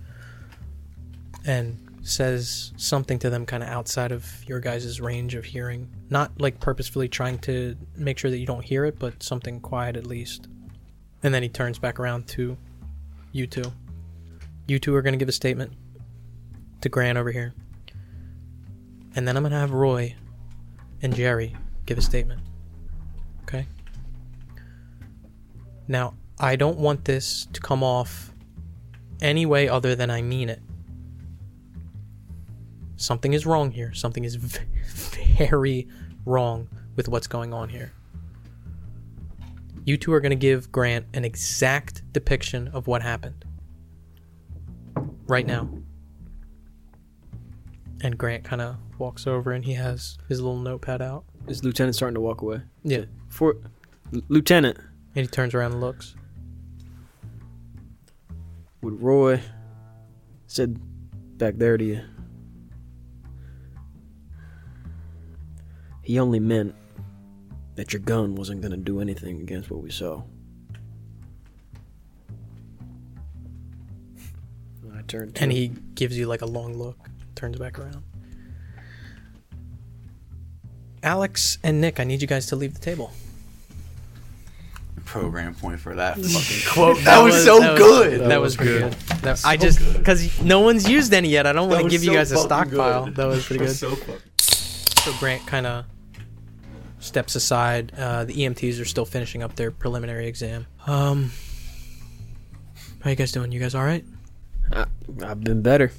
and says something to them kind of outside of your guys' range of hearing. Not like purposefully trying to make sure that you don't hear it, but something quiet at least. And then he turns back around to you two. You two are going to give a statement to Gran over here. And then I'm going to have Roy and Jerry give a statement. Okay? Now, I don't want this to come off any way other than I mean it something is wrong here. Something is v- very wrong with what's going on here. You two are going to give Grant an exact depiction of what happened right now. And Grant kind of walks over and he has his little notepad out. Is Lieutenant starting to walk away? Yeah. For L- Lieutenant, And he turns around and looks. what Roy said back there to you, he only meant that your gun wasn't going to do anything against what we saw. I turned to And he gives you like a long look, turns back around. Alex and Nick, I need you guys to leave the table. Program point for that. that was so good. That, was, pretty good. That- I just because no one's used any yet. I don't want to was give you so guys a fucking stockpile. good. That was pretty good. so So Grant kind of steps aside. Uh, the EMTs are still finishing up their preliminary exam. Um, how you guys doing? You guys all right? I've been better.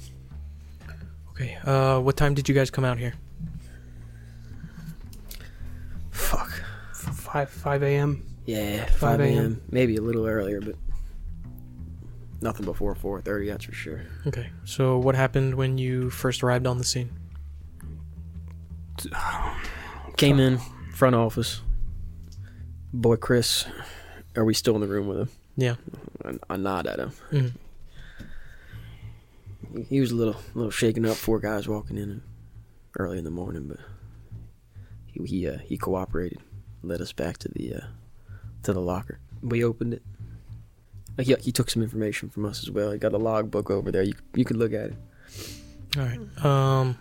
Okay. Uh, what time did you guys come out here? Fuck. Five five a.m. Yeah, 5 a.m.. a.m. Maybe a little earlier, but nothing before 4:30. That's for sure. Okay. So what happened when you first arrived on the scene? Came in front office. Boy, Chris, are we still in the room with him? Yeah. I, I nod at him. Mhm. He- He was a little, little shaken up. Four guys walking in early in the morning, but he he, uh, he cooperated. Led us back to the uh, to the locker. We opened it. Uh, He, he took some information from us as well. He got a log book over there. You you could look at it. All right. Um,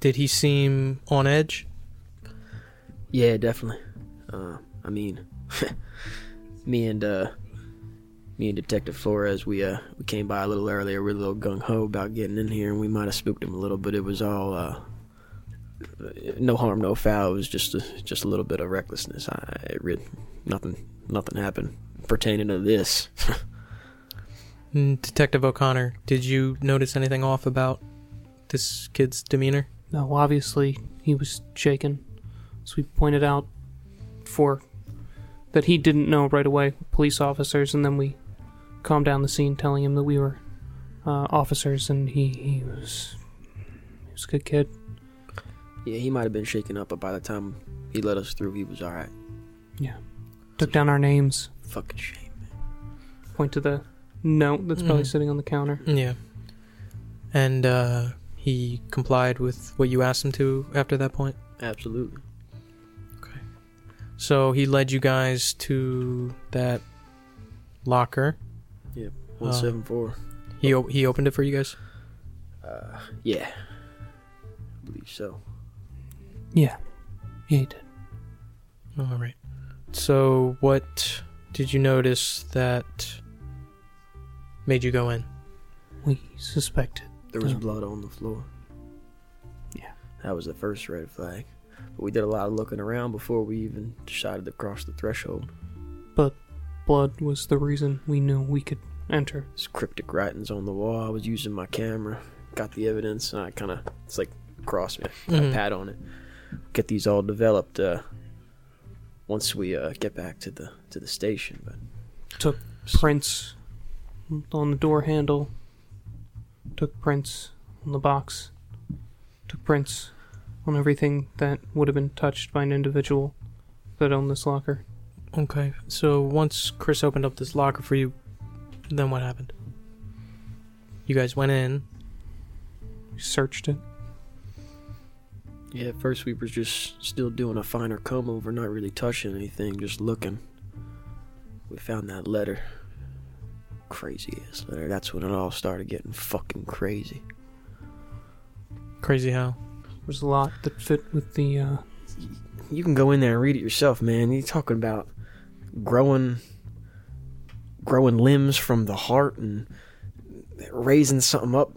Did he seem on edge? Yeah, definitely. Uh, I mean, me and uh, me and Detective Flores, we uh, we came by a little earlier. We were a little gung ho about getting in here, and we might have spooked him a little, but it was all uh, no harm, no foul. It was just a, just a little bit of recklessness. I it re- nothing nothing happened pertaining to this. Mm, Detective O'Connor, did you notice anything off about this kid's demeanor? No, obviously he was shaken. As we pointed out for that he didn't know right away, police officers, and then we calmed down the scene telling him that we were uh, officers and he, he was he was a good kid. yeah, he might have been shaken up, but by the time he let us through, he was all right. Took down our names, Fucking shame. point to the note that's probably Mhm. sitting on the counter. Yeah. And uh, he complied with what you asked him to after that point? Absolutely. So he led you guys to that locker. One seven four. He o- he opened it for you guys. Uh, yeah, I believe so. Yeah. Yeah, he did. All right. So what did you notice that made you go in? We suspected. There was Yeah. blood on the floor. Yeah. That was the first red flag. But we did a lot of looking around before we even decided to cross the threshold. Blood was the reason we knew we could enter. There's cryptic writings on the wall. I was using my camera, got the evidence, and I kind of, it's like, cross me, Mhm. I pat on it. Get these all developed uh, once we uh, get back to the to the station. But Prints on the door handle. Took prints on the box. Took prints on everything that would have been touched by an individual that owned this locker. Okay. So once Chris opened up this locker for you, then what happened? You guys went in. We searched it. yeah, at first we were just still doing a finer comb over, not really touching anything, just looking. We found that letter. Crazy ass letter. That's when it all started getting fucking crazy. Crazy how? There was a lot that fit with the uh, you can go in there and read it yourself, man. You're talking about growing growing limbs from the heart and raising something up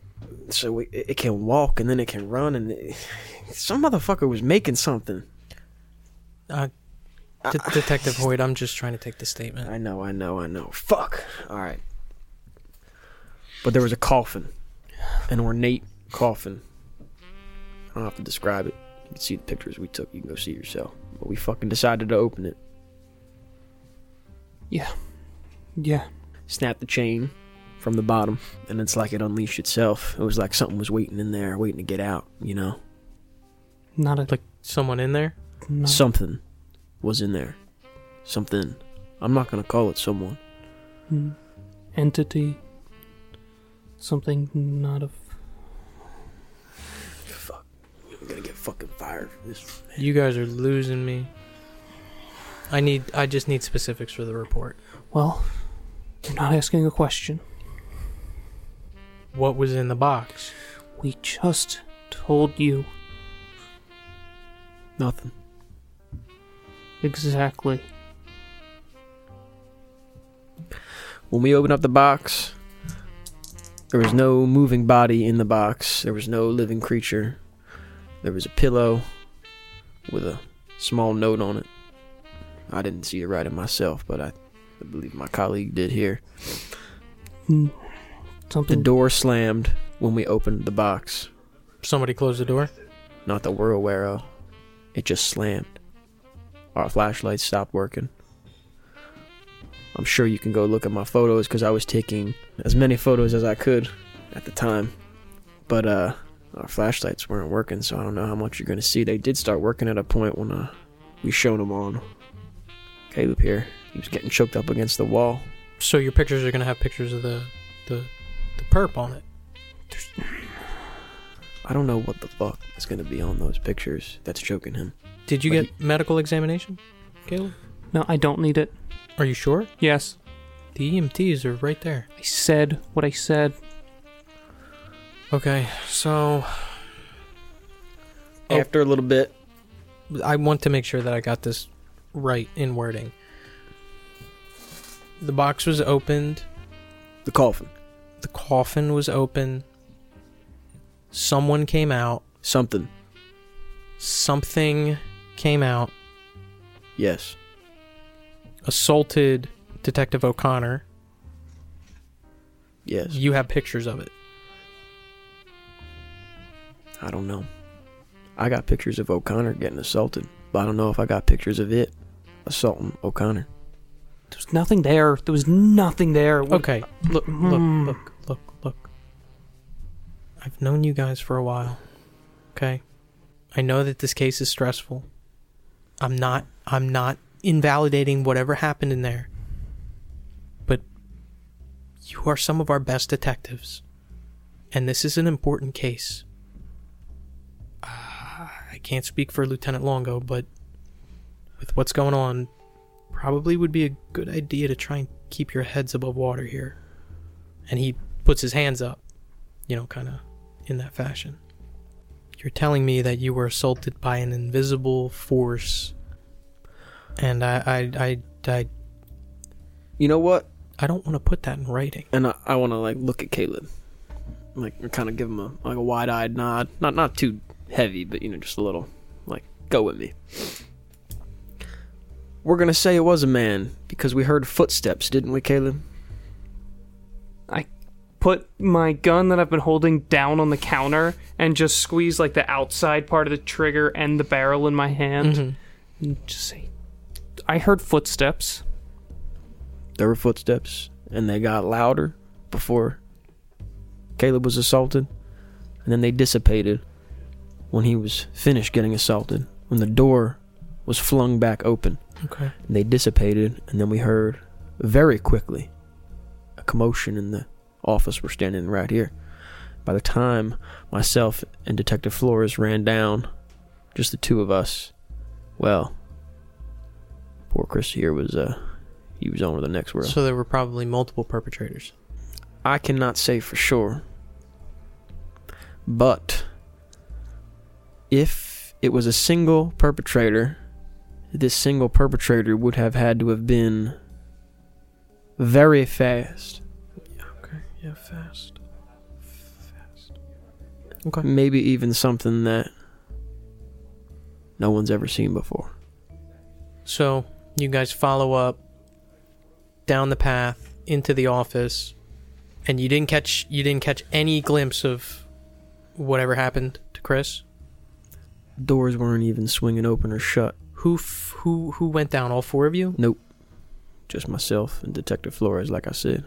so it, it can walk and then it can run and it, some motherfucker was making something. Uh, De- Detective Hoyt, I'm just trying to take the statement. I know, I know, I know. Fuck. All right. But there was a coffin, an ornate coffin. I don't have to describe it. You can see the pictures we took. You can go see it yourself. But we fucking decided to open it. yeah snapped the chain from the bottom, and it's like it unleashed itself. It was like something was waiting in there, waiting to get out, you know? not a Like someone in there. not, Something was in there. Something. I'm not gonna call it someone. mm, entity. Something not of Fuck. I'm gonna get fucking fired for this. You guys are losing me. I need. I just need specifics for the report. well. You're not asking a question. What was in the box? We just told you Nothing. exactly. When we opened up the box, there was no moving body in the box, there was no living creature. There was a pillow with a small note on it. I didn't see it right in myself, but I, I believe my colleague did here. Mm, The Something door slammed when we opened the box. Somebody closed the door. Not that we're aware of. It just slammed. Our flashlights stopped working. I'm sure you can go look at my photos because I was taking as many photos as I could at the time. But uh, our flashlights weren't working, so I don't know how much you're going to see. They did start working at a point when uh, we shone them on. Caleb here, he was getting choked up against the wall. So your pictures are gonna have pictures of the, the, the perp on it. I don't know what the fuck is going to be on those pictures that's choking him. Did you But get medical examination, Caleb? No, I don't need it. Are you sure? Yes. The EMTs are right there. I said what I said. Okay, so after a little bit. I want to make sure that I got this right in wording. The box was opened, The coffin. the coffin was open, someone came out, Something. something came out, Yes. assaulted Detective O'Connor. Yes. You have pictures of it. I don't know. I got pictures of O'Connor getting assaulted, but I don't know if I got pictures of it assaulting O'Connor. There was nothing there. There was nothing there. What- Okay, look, look, Hmm. look, look, look. I've known you guys for a while. Okay? I know that this case is stressful. I'm not I'm not invalidating whatever happened in there. But you are some of our best detectives. And this is an important case. Uh, I can't speak for Lieutenant Longo, but with what's going on, probably would be a good idea to try and keep your heads above water here. And he puts his hands up, you know, kind of in that fashion. You're telling me that you were assaulted by an invisible force, and I, I, I, I, You know what? I don't want to put that in writing. And I, I want to like look at Caleb, like kind of give him a like a wide eyed nod, not not too heavy, but you know just a little, like go with me. We're gonna say it was a man because we heard footsteps, didn't we, Caleb? I put my gun that I've been holding down on the counter and just squeeze like the outside part of the trigger and the barrel in my hand Mm-hmm. and just say, I heard footsteps. There were footsteps, and they got louder before Caleb was assaulted, and then they dissipated when he was finished getting assaulted. When the door was flung back open, Okay. they dissipated, and then we heard very quickly a commotion in the office we're standing right here. By the time myself and Detective Flores ran down, just the two of us, well, poor Chris here was uh, he was on to the next world. So there were probably multiple perpetrators. I cannot say for sure. But if it was a single perpetrator, this single perpetrator would have had to have been very fast. Yeah, fast. Maybe even something that no one's ever seen before. So you guys follow up down the path into the office, and you didn't catch you didn't catch any glimpse of whatever happened to Chris. Doors weren't even swinging open or shut. Who f- who who went down? All four of you? Just myself and Detective Flores, like I said.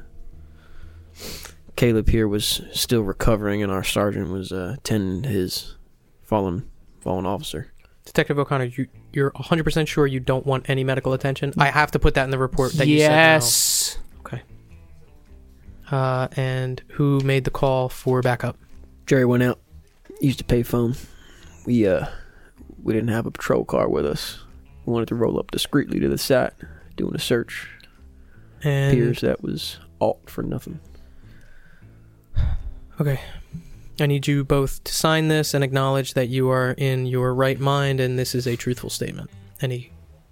Caleb here was still recovering, and our sergeant was uh, tending his fallen fallen officer. Detective O'Connor, you you're 100 percent sure you don't want any medical attention. I have to put that in the report that yes. you said. No. Uh, and who made the call for backup? Jerry went out, used a payphone. We uh we didn't have a patrol car with us. We wanted to roll up discreetly to the site, doing a search. And Appears that was all for nothing. I need you both to sign this and acknowledge that you are in your right mind and this is a truthful statement. And he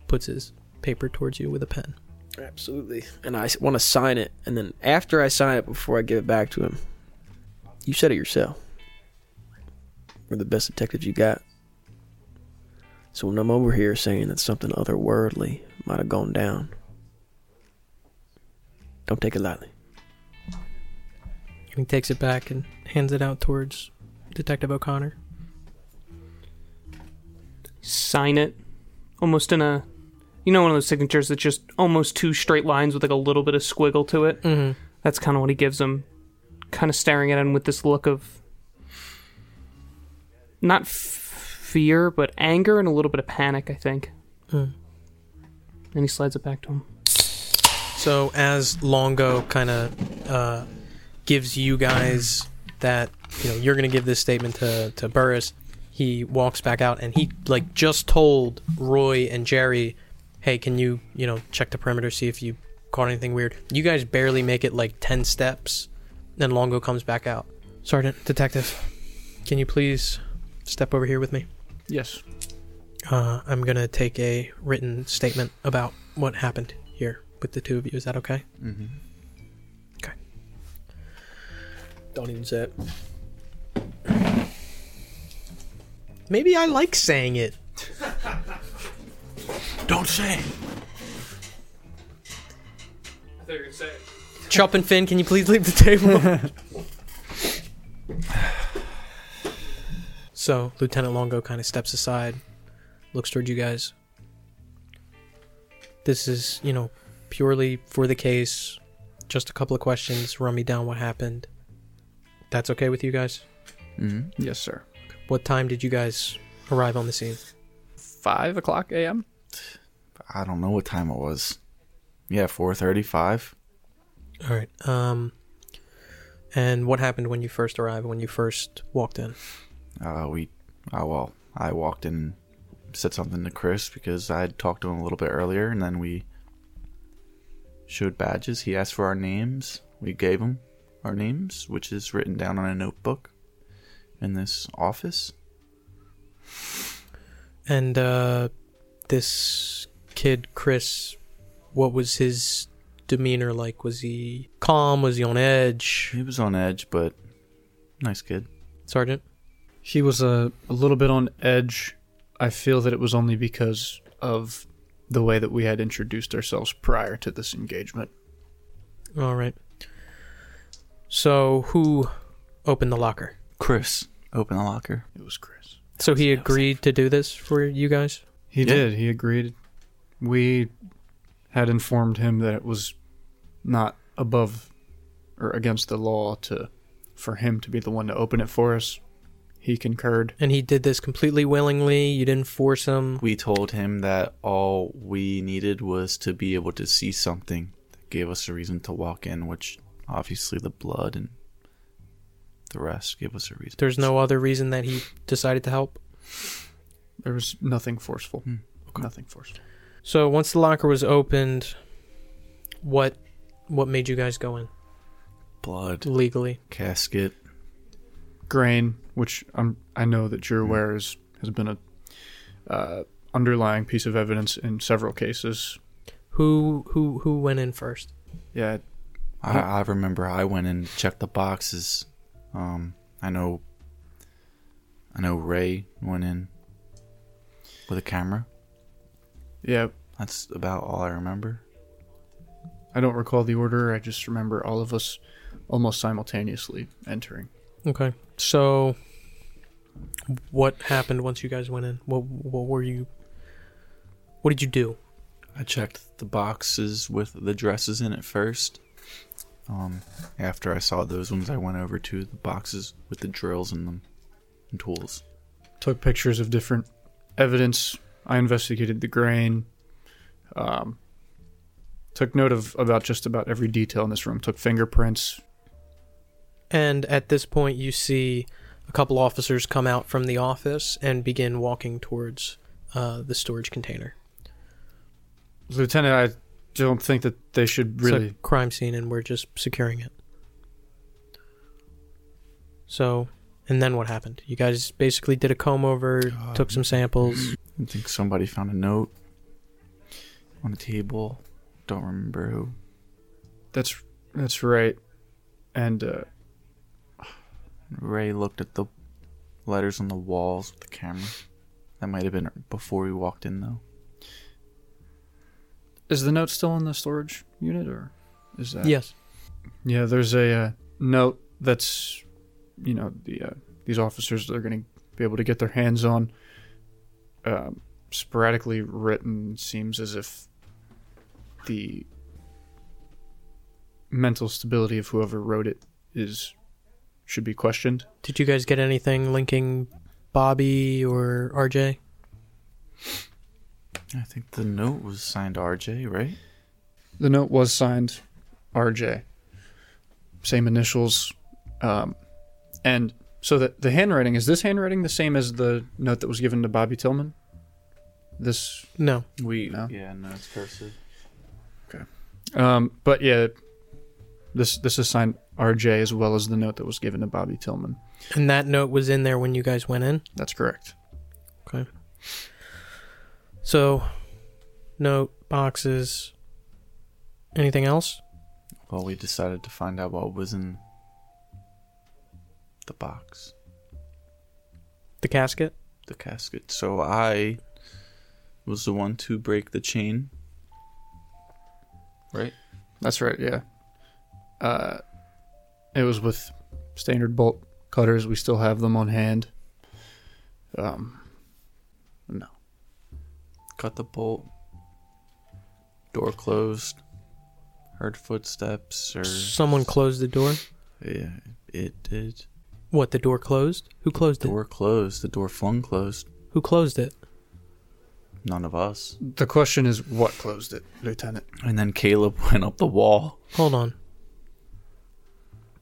puts his paper towards you with a pen. Absolutely. And I want to sign it, and then after I sign it, before I give it back to him, you said it yourself. We're the best detectives you got. So when I'm over here saying that something otherworldly might have gone down, don't take it lightly. And he takes it back and hands it out towards Detective O'Connor. Sign it. Almost in a. You know, one of those signatures that's just almost two straight lines with like a little bit of squiggle to it? Mm-hmm. That's kind of what he gives him. Kind of staring at him with this look of. Not f- fear, but anger and a little bit of panic, I think. Mm. And he slides it back to him. So as Longo kind of uh, gives you guys that, you know, you're going to give this statement to, to Burris, he walks back out and he, like, just told Roy and Jerry, hey, can you, you know, check the perimeter, see if you caught anything weird. You guys barely make it, like, 10 steps. Then Longo comes back out. Sergeant, Detective, can you please step over here with me? Yes. Uh, I'm going to take a written statement about what happened here with the two of you. Is that okay? Mm-hmm. Don't even say it. Maybe I like saying it. Don't say. I thought you were gonna say Chop and Finn, can you please leave the table? so, Lieutenant Longo kind of steps aside, looks toward you guys. This is, you know, purely for the case. Just a couple of questions, run me down what happened. That's okay with you guys? Mm-hmm. Yes, sir. What time did you guys arrive on the scene? Five o'clock a.m. I don't know what time it was. Yeah, four thirty-five. All right. Um, and what happened when you first arrived, when you first walked in? Uh, we, uh, well, I walked in, and said something to Chris because I had talked to him a little bit earlier, and then we showed badges. He asked for our names. We gave him our names, which is written down on a notebook in this office. And uh, this kid, Chris, what was his demeanor like? Was he calm? Was he on edge? He was on edge, but nice kid. Sergeant? He was a, a little bit on edge. I feel that it was only because of the way that we had introduced ourselves prior to this engagement. All right. So, who opened the locker? Chris, open the locker. It was Chris. So, he agreed to do this for you guys? He Yeah. did. He agreed. We had informed him that it was not above or against the law to for him to be the one to open it for us. He concurred. And he did this completely willingly. You didn't force him. We told him that all we needed was to be able to see something that gave us a reason to walk in, which obviously the blood and the rest gave us a reason. There's no other reason that he decided to help. There was nothing forceful. Nothing forceful. So, once the locker was opened, what what made you guys go in blood legally? casket. Grain, which I'm, I know that you're aware is, has been a uh, underlying piece of evidence in several cases. Who who who went in first? Yeah, I, I remember I went and checked the boxes. Um, I know. I know Ray went in with a camera. yeah. That's about all I remember. I don't recall the order. I just remember all of us almost simultaneously entering. Okay. So what happened once you guys went in? What what were you What did you do? I checked the boxes with the dresses in it first. Um, after I saw those ones, I went over to the boxes with the drills in them and tools. took pictures of different evidence. I investigated the grain. Um, took note of about just about every detail in this room. Took fingerprints. And at this point you see a couple officers come out from the office and begin walking towards uh, the storage container. Lieutenant, I don't think that they should really. It's a crime scene and we're just securing it. So and then what happened? You guys basically did a comb over, took some samples. I think somebody found a note on a table. Don't remember who. that's that's right. And uh, Ray looked at the letters on the walls with the camera. That might have been before we walked in, though. is the note still in the storage unit, or is that? Yes. Yeah, there's a uh, note that's, you know, the uh, these officers they're going to be able to get their hands on. Um, sporadically written, seems as if the mental stability of whoever wrote it is should be questioned. Did you guys get anything linking Bobby or RJ? I think the note was signed RJ, right? The note was signed RJ. Same initials. Um, and so the, the handwriting, is this handwriting the same as the note that was given to Bobby Tillman? This, No. We No. yeah, no, it's cursive. um, but yeah, this this is signed RJ as well as the note that was given to Bobby Tillman. And that note was in there when you guys went in? That's correct. Okay. So, note boxes. Anything else? Well, we decided to find out what was in the box, The casket. the casket. So I was the one to break the chain. Right? That's right, yeah. Uh, it was with standard bolt cutters. We still have them on hand. Um, no. Cut the bolt. Door closed. Heard footsteps or Someone closed the door. yeah, it did. What? The door closed. Who closed it? Door closed. The door flung closed. Who closed it? None of us. The question is, what closed it, Lieutenant? And then Caleb went up the wall. Hold on.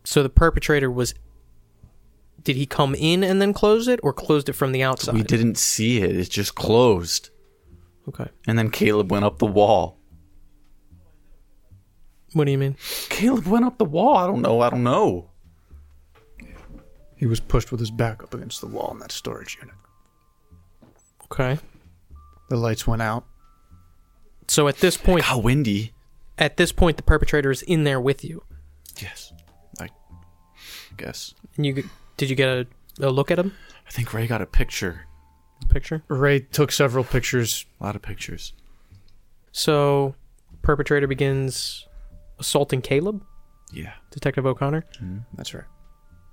So the perpetrator was. Did he come in and then close it, or closed it from the outside? We didn't see it. It just closed. Okay. And then Caleb went up the wall. What do you mean? Caleb went up the wall. I don't know. I don't know. He was pushed with his back up against the wall in that storage unit. Okay. The lights went out. So at this point, How windy. at this point, the perpetrator is in there with you. Yes. I guess. And you g- did you get a, a look at him? I think Ray got a picture. Picture. Ray took several pictures. A lot of pictures. So, perpetrator begins assaulting Caleb, Yeah. Detective O'Connor. Hmm. That's right.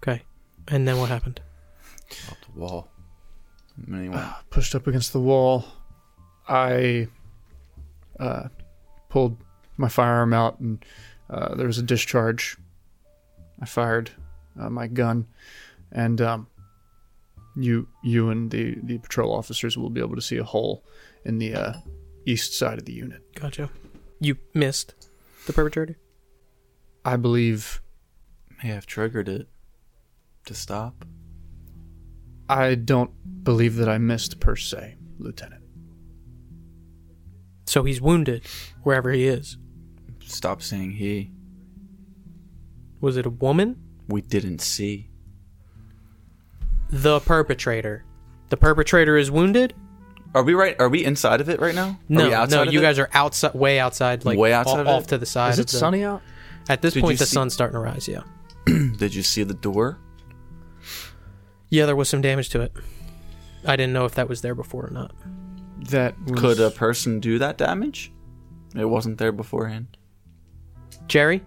Okay. And then what happened? Up the wall. And then he went, Uh, pushed up against the wall. I uh, pulled my firearm out, and uh, there was a discharge. I fired uh, my gun, and um, you you and the the patrol officers will be able to see a hole in the uh, east side of the unit. Gotcha. You missed the perpetrator. I believe may have triggered it to stop. I don't believe that I missed per se, Lieutenant. So he's wounded wherever he is. Stop saying he. Was it a woman? We didn't see. The perpetrator. The perpetrator is wounded. Are we right? Are we inside of it right now? No, are we no, you it? guys are outside, way outside, like Way outside o- of off it? to the side. Is of it the- sunny out? At this Did you point, the see- sun's starting to rise. Yeah, Did you see the door? yeah, there was some damage to it. I didn't know if that was there before or not. That was, Could a person do that damage? It wasn't there beforehand. Jerry,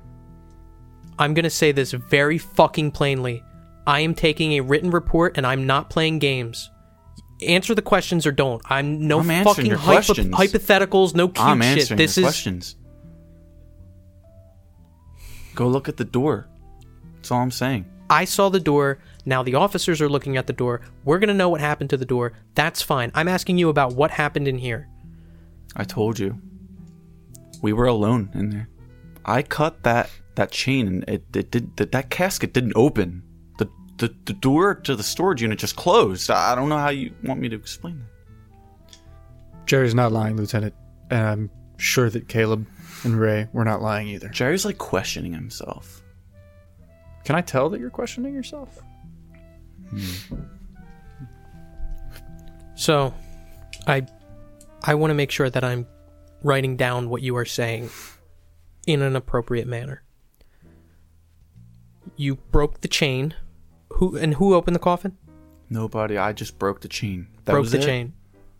I'm going to say this very fucking plainly. I am taking a written report and I'm not playing games. Answer the questions or don't. I'm no I'm answering fucking your hypo- questions. hypotheticals, no cute I'm shit. answering This your is questions. Go look at the door. That's all I'm saying. I saw the door. Now the officers are looking at the door. We're going to know what happened to the door. That's fine. I'm asking you about what happened in here. I told you. We were alone in there. I cut that that chain and it, it did that, that casket didn't open. The, the the door to the storage unit just closed. I, I don't know how you want me to explain that. Jerry's not lying, Lieutenant, and I'm sure that Caleb and Ray were not lying either. Jerry's like questioning himself. Can I tell that you're questioning yourself? So, I I want to make sure that I'm writing down what you are saying in an appropriate manner. You broke the chain. Who and who opened the coffin? Nobody, I just broke the chain. That broke was the it? chain.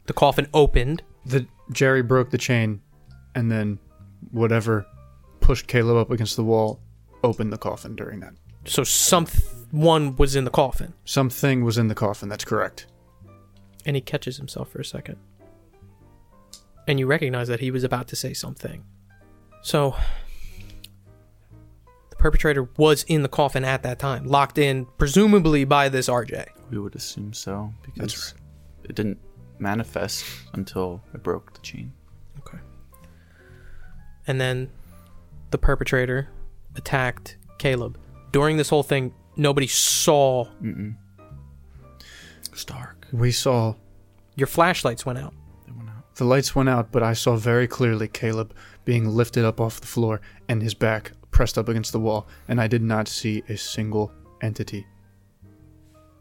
The coffin opened. The Jerry broke the chain, and then whatever pushed Caleb up against the wall opened the coffin during that. So someone was in the coffin. Something was in the coffin. That's correct. And he catches himself for a second. And you recognize that he was about to say something. So, the perpetrator was in the coffin at that time, locked in, presumably by this RJ. We would assume so because it didn't manifest until I broke the chain. Okay. And then the perpetrator attacked Caleb. During this whole thing, nobody saw It's dark. We saw your flashlights went out. the lights went out, but I saw very clearly Caleb being lifted up off the floor and his back pressed up against the wall, and I did not see a single entity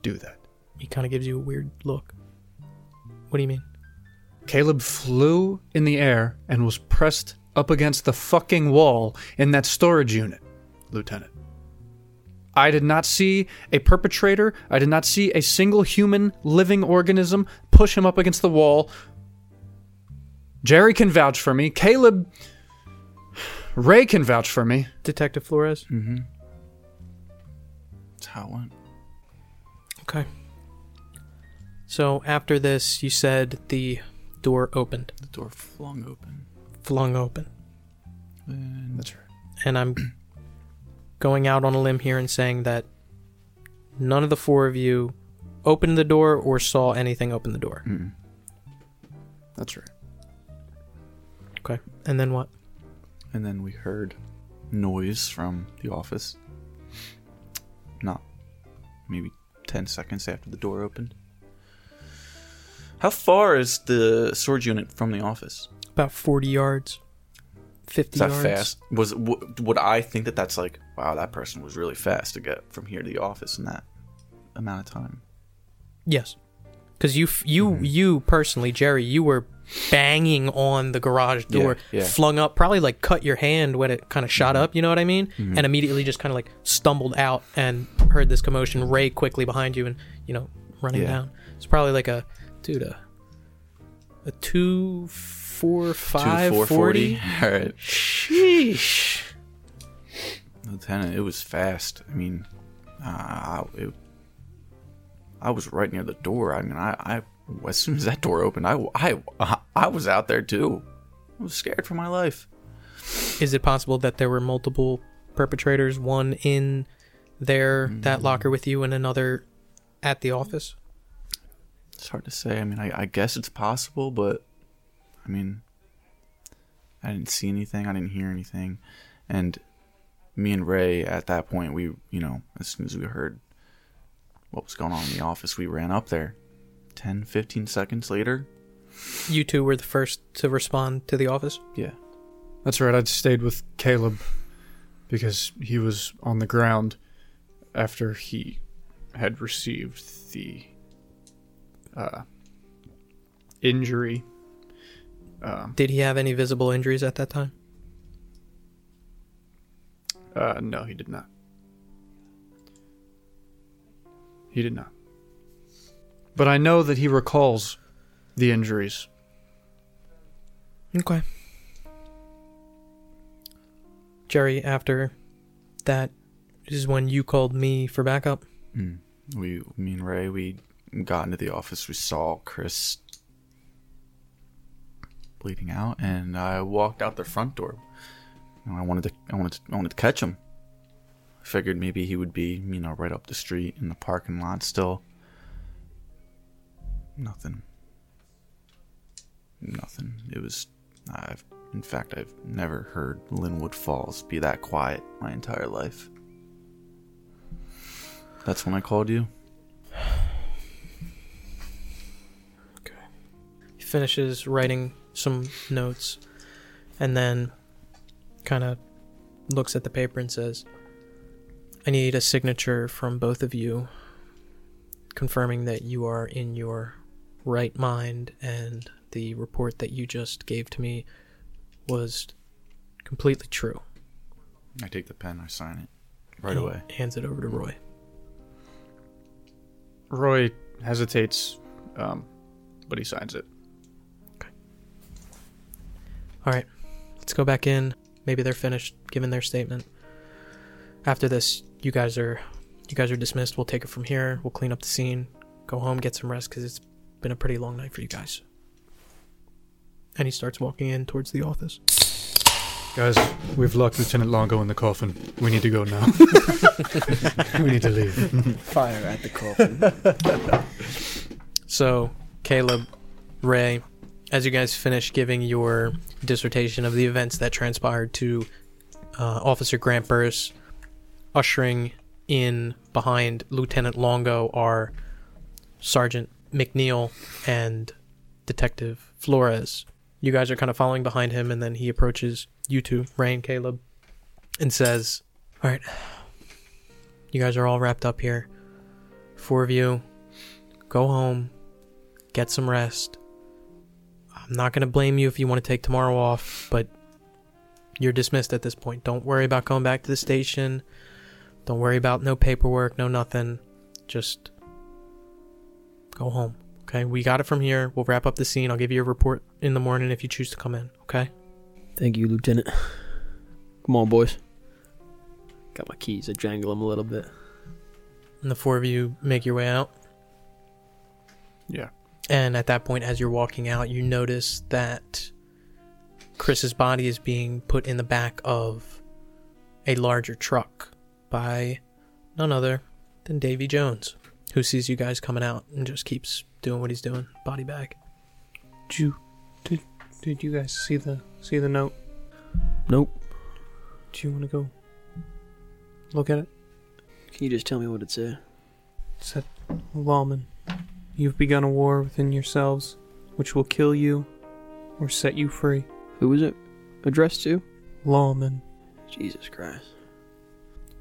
do that. He kind of gives you a weird look. What do you mean? Caleb flew in the air and was pressed up against the fucking wall in that storage unit, Lieutenant. I did not see a perpetrator. I did not see a single human living organism push him up against the wall. Jerry can vouch for me. Caleb. Ray can vouch for me. Detective Flores? That's how it went. Okay. So after this, you said the door opened, The door flung open. flung open. And That's right. And I'm going out on a limb here and saying that none of the four of you opened the door or saw anything open the door. Hmm. That's right. Okay. And then what? and then we heard noise from the office. Not maybe 10 seconds after the door opened. How far is the storage unit from the office? About 40 yards, 50 Is that yards. fast? Was w- would I think that that's like wow that person was really fast to get from here to the office in that amount of time? Yes. Because you, f- you, Mm-hmm. you personally, Jerry, you were banging on the garage door, Yeah, Mm-hmm. yeah. flung up, probably like cut your hand when it kind of shot up. You know what I mean? And immediately just kind of like stumbled out and heard this commotion. Ray quickly behind you and you know running Yeah. down. It's probably like a dude a a two four five Two four forty. forty. All right, Sheesh. Lieutenant, it was fast. I mean, uh, I, it, I was right near the door. I mean, I, I as soon as that door opened, I, I, I was out there too. I was scared for my life. Is it possible that there were multiple perpetrators, one in there that locker with you, and another at the office? It's hard to say. I mean, I, I guess it's possible, but I mean, I didn't see anything. I didn't hear anything. And me and Ray, at that point, we, you know, as soon as we heard what was going on in the office, we ran up there. 10, 15 seconds later. You two were the first to respond to the office. Yeah. That's right. I'd stayed with Caleb because he was on the ground after he had received the uh, injury. Um, Did he have any visible injuries at that time? uh, no, he did not. He did not. But I know that he recalls the injuries. Okay. Jerry, after that is when you called me for backup. We, me and Ray, we got into the office. We saw Chris bleeding out, and I walked out the front door. And I wanted to, I wanted, to, I wanted to catch him. I figured maybe he would be, you know, right up the street in the parking lot still. Nothing. Nothing. It was. I've, in fact, I've never heard Linwood Falls be that quiet my entire life. That's when I called you. He finishes writing some notes and then kind of looks at the paper and says, I need a signature from both of you confirming that you are in your right mind and the report that you just gave to me was completely true. I take the pen, I sign it right He away. Hands it over to Roy. Roy hesitates, um, but he signs it. All right, let's go back in. Maybe they're finished giving their statement. After this, you guys are you guys are dismissed. We'll take it from here. We'll clean up the scene, go home, get some rest because it's been a pretty long night for you guys. And he starts walking in towards the office. Guys, we've locked Lieutenant Longo in the coffin. We need to go now. we need to leave. Fire at the coffin. So, Caleb, Ray, as you guys finish giving your dissertation of the events that transpired to uh, Officer Grant Burris, ushering in behind Lieutenant Longo are Sergeant McNeil and Detective Flores. You guys are kind of following behind him, and then he approaches you two, Ray and Caleb, and says, All right, you guys are all wrapped up here. Four of you, go home, get some rest, I'm not gonna blame you if you want to take tomorrow off, but you're dismissed at this point. Don't worry about going back to the station. Don't worry about no paperwork, no nothing. Just go home. Okay, we got it from here. We'll wrap up the scene. I'll give you a report in the morning if you choose to come in. Okay. Thank you, Lieutenant. Come on, boys. Got my keys. I jangle them a little bit. And the four of you make your way out. Yeah. And at that point, as you're walking out, you notice that Chris's body is being put in the back of a larger truck by none other than Davy Jones, who sees you guys coming out and just keeps doing what he's doing, body bag. Did you did, did you guys see the see the note? Nope. Do you want to go look at it? Can you just tell me what it said? It said, "Lawman, you've begun a war within yourselves, which will kill you or set you free." Who was it addressed to? Lawman. Jesus Christ.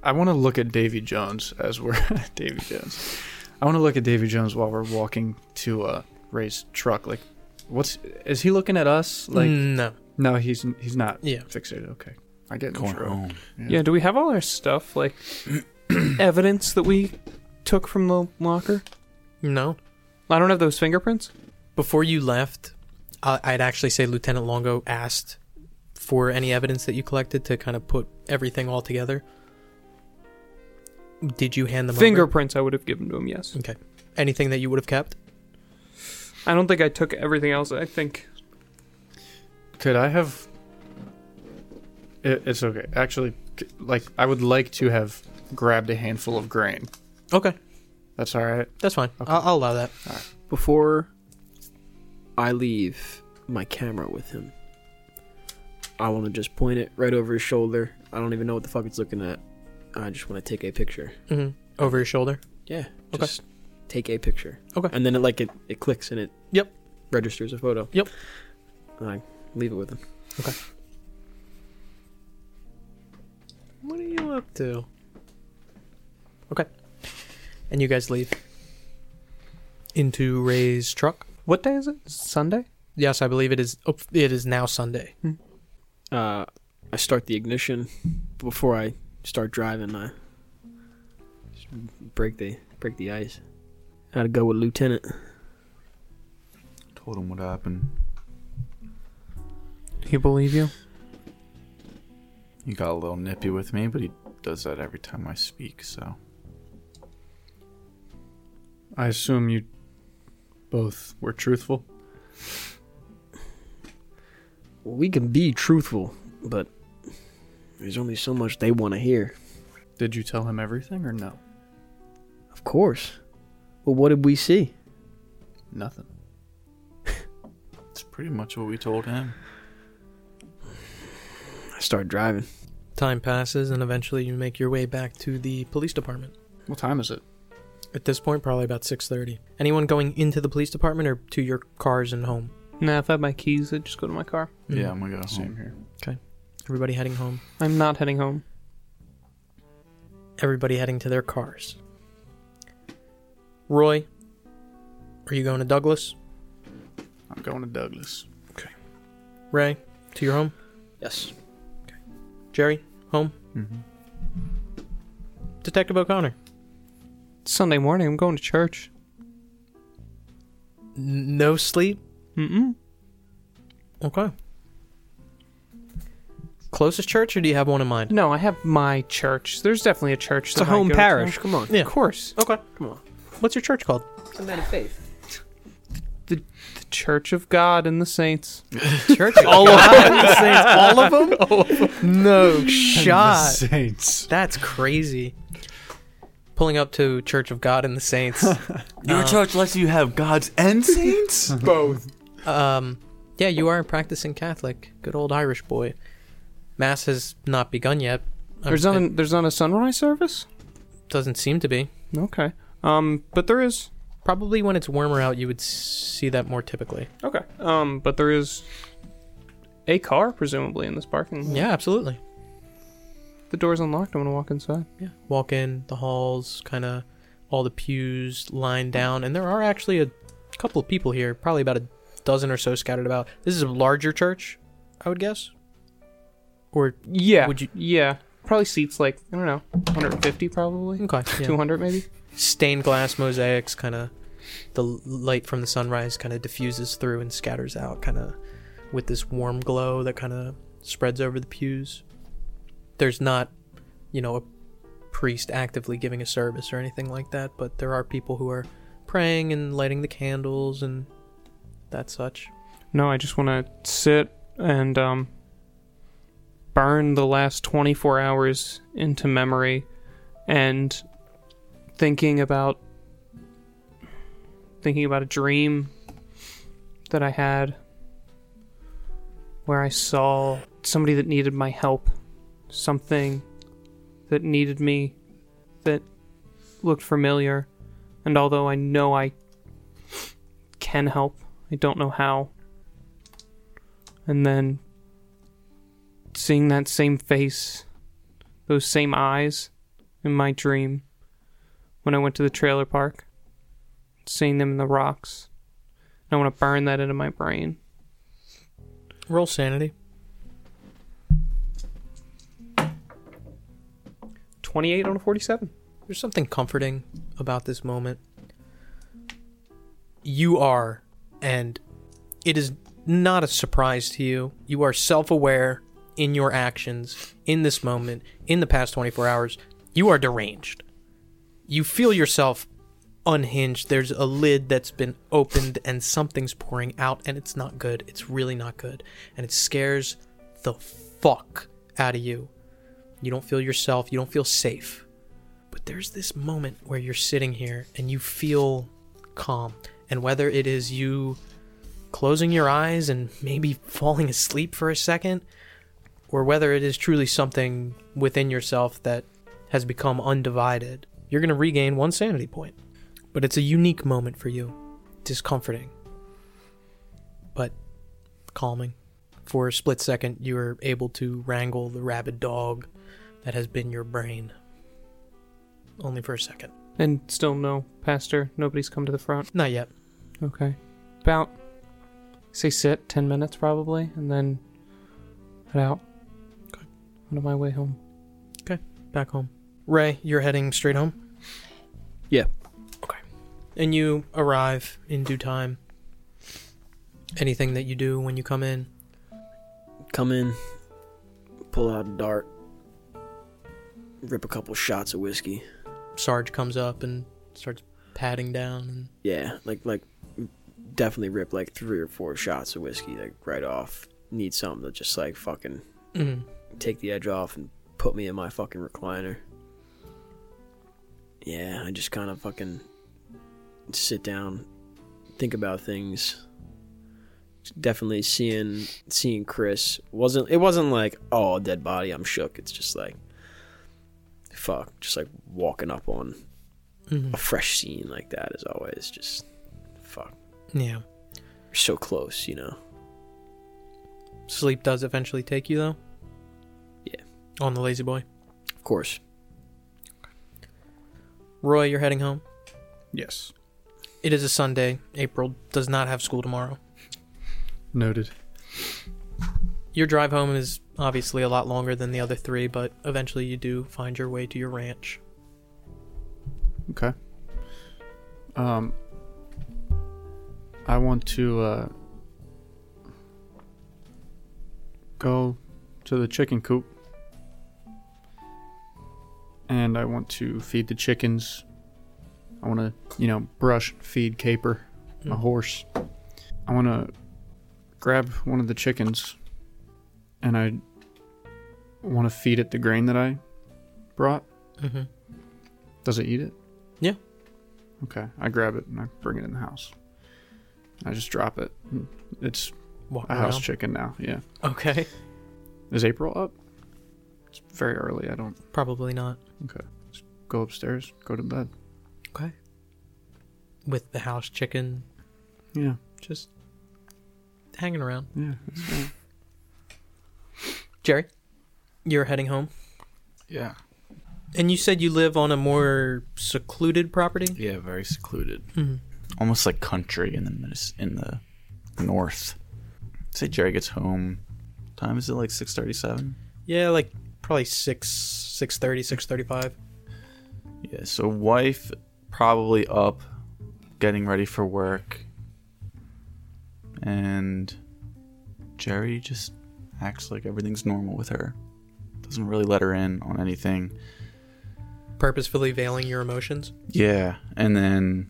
I want to look at Davy Jones as we're Davy Jones. I want to look at Davy Jones while we're walking to uh, Ray's truck. Like, what's is he looking at us? Like, no. no, he's he's not. Mm. Yeah. fixated. Okay, I get Going intro. home. Yeah. do we have all our stuff like evidence that we took from the locker? No. I don't have those fingerprints. Before you left, I I'd actually say Lieutenant Longo asked for any evidence that you collected to kind of put everything all together. Did you hand them over? Fingerprints I would have given to him, yes. Okay. Anything that you would have kept? I don't think I took everything else. I think Could I have? It, it's okay. Actually, c- like I would like to have grabbed a handful of grain. Okay, That's all right. that's fine. Okay. I'll, I'll allow that. Before I leave my camera with him, I want to just point it right over his shoulder. I don't even know what the fuck it's looking at. I just want to take a picture. hmm Over your shoulder. Yeah. Okay. Just take a picture. Okay. And then it like it, it clicks and it Yep. registers a photo. Yep. And I leave it with him. What are you up to? Okay. And you guys leave into Ray's truck. what day is it? Sunday? Yes, I believe it is. Oh, it is now Sunday. Uh, I start the ignition before I start driving. I just break the break the ice. Gotta go with lieutenant. Told him what happened. You believe you? He got a little nippy with me, but he does that every time I speak. So I assume you both were truthful. Well, we can be truthful, but there's only so much they want to hear. Did you tell him everything or no? Of course. Well, what did we see? Nothing. it's pretty much what we told him. I start driving. Time passes, and eventually you make your way back to the police department. What time is it? At this point, probably about six thirty. Anyone going into the police department or to your cars and home? Mm-hmm. Nah, if I had my keys, I'd just go to my car. Yeah, I'm gonna go home. Same here. Everybody heading home. I'm not heading home. Everybody heading to their cars. Roy, are you going to Douglas? I'm going to Douglas. Ray, to your home. Yes. Jerry, home. Mm-hmm. Detective O'Connor. It's Sunday morning. I'm going to church. N- no sleep. Mm-mm. Okay. Closest church, or do you have one in mind? No, I have my church. There's definitely a church. It's that a home I go parish. To. Come on. Yeah. Of course, Okay. Come on. What's your church called? I'm out of faith. the Church of God and the Saints. Church. all of them. All of them. No shot. Saints. That's crazy. Pulling up to Church of God and the Saints. Your church lets you have gods and saints. Both. um, yeah, you are a practicing Catholic. Good old Irish boy. Mass has not begun yet. Um, There's not. it A, there's not a sunrise service. doesn't seem to be. Okay. Um, but there is. Probably when it's warmer out, you would see that more typically. Okay. Um, but there is a car presumably in this parking lot. Yeah, absolutely. The door's unlocked. I'm gonna walk inside. Yeah. Walk in the halls, kind of all the pews lined down, and there are actually a couple of people here, probably about a dozen or so scattered about. This is a larger church, I would guess. Or Yeah. Would you- Yeah. Probably seats like I don't know, 150 probably, okay, yeah. 200 maybe. stained glass mosaics kind of the l- light from the sunrise kind of diffuses through and scatters out kind of with this warm glow that kind of spreads over the pews there's not you know a priest actively giving a service or anything like that but there are people who are praying and lighting the candles and that such No, I just want to sit and um, burn the last 24 hours into memory and thinking about thinking about a dream that I had where I saw somebody that needed my help, something that needed me that looked familiar, and although I know I can help, I don't know how and then seeing that same face, those same eyes in my dream when I went to the trailer park, seeing them in the rocks. I want to burn that into my brain. roll sanity 28 on a 47. There's something comforting about this moment. You are, and it is not a surprise to you. You are self aware in your actions in this moment, in the past 24 hours. You are deranged. You feel yourself unhinged. There's a lid that's been opened, and something's pouring out, and it's not good. It's really not good. And it scares the fuck out of you. You don't feel yourself, you don't feel safe. But there's this moment where you're sitting here and you feel calm. And whether it is you closing your eyes and maybe falling asleep for a second, or whether it is truly something within yourself that has become undivided, you're going to regain one sanity point. But it's a unique moment for you, discomforting, but calming. For a split second, you are able to wrangle the rabid dog that has been your brain only for a second. And still no pastor. Nobody's come to the front. Not yet. Okay. About, say, sit 10 minutes probably, and then head out. Good. On my way home. Back home. Ray, you're heading straight home? Yeah. Okay. And you arrive in due time. Anything that you do when you come in? Come in, pull out a dart, rip a couple shots of whiskey. Sarge comes up and starts patting down. And Yeah, like like definitely rip like three or four shots of whiskey like right off. Need something to just like fucking take the edge off and put me in my fucking recliner. Yeah, I just kind of fucking sit down, think about things. Definitely seeing seeing Chris wasn't it wasn't like oh dead body I'm shook. It's just like fuck, just like walking up on a fresh scene like that is always just fuck. Yeah. You're so close, you know. Sleep does eventually take you, though? Yeah. On the lazy boy. Of course. Roy, you're heading home? Yes. It is a Sunday. April does not have school tomorrow. Noted. Your drive home is obviously a lot longer than the other three, but eventually you do find your way to your ranch. Okay. Um, I want to uh, go to the chicken coop, and I want to feed the chickens. I want to, you know, brush, feed Caper, my horse. I want to grab one of the chickens, and I want to feed it the grain that I brought. Mm-hmm. Does it eat it? Yeah. Okay. I grab it and I bring it in the house. I just drop it. Mm, It's Walk a house around. chicken now. Yeah. Okay. Is April up? It's very early. I don't Probably not. go upstairs. Go to bed. Okay. With the house chicken Yeah. just hanging around. Yeah. Jerry, you're heading home. Yeah. And you said you live on a more secluded property? Yeah, very secluded. Mhm. Almost like country in the minis- in the north. Say Jerry gets home. Time is it like six thirty-seven? Yeah, like probably six six thirty, six thirty five. Yeah. So wife probably up, getting ready for work, and Jerry just acts like everything's normal with her. Doesn't really let her in on anything. Purposefully veiling your emotions. Yeah, and then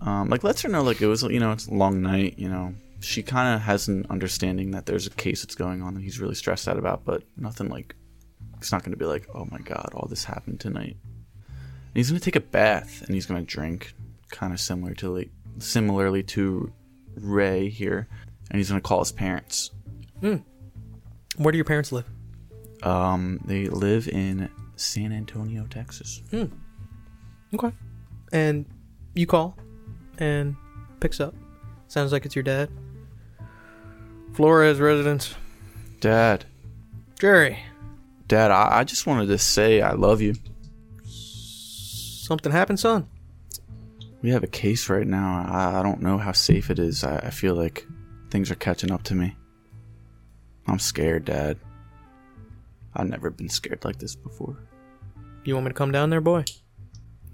um, like lets her know like it was you know it's a long night you know she kind of has an understanding that there's a case that's going on that he's really stressed out about but nothing like it's not going to be like oh my god all this happened tonight and he's going to take a bath and he's going to drink kind of similar to like similarly to Ray here and he's going to call his parents Where do your parents live? um they live in San Antonio Texas Okay. And you call and picks up. Sounds like it's your dad. Flores residence. dad Jerry. dad I, I just wanted to say I love you Something happened, son? We have a case right now. I, I don't know how safe it is. I, I feel like things are catching up to me. I'm scared, Dad. I've never been scared like this before. You want me to come down there, boy?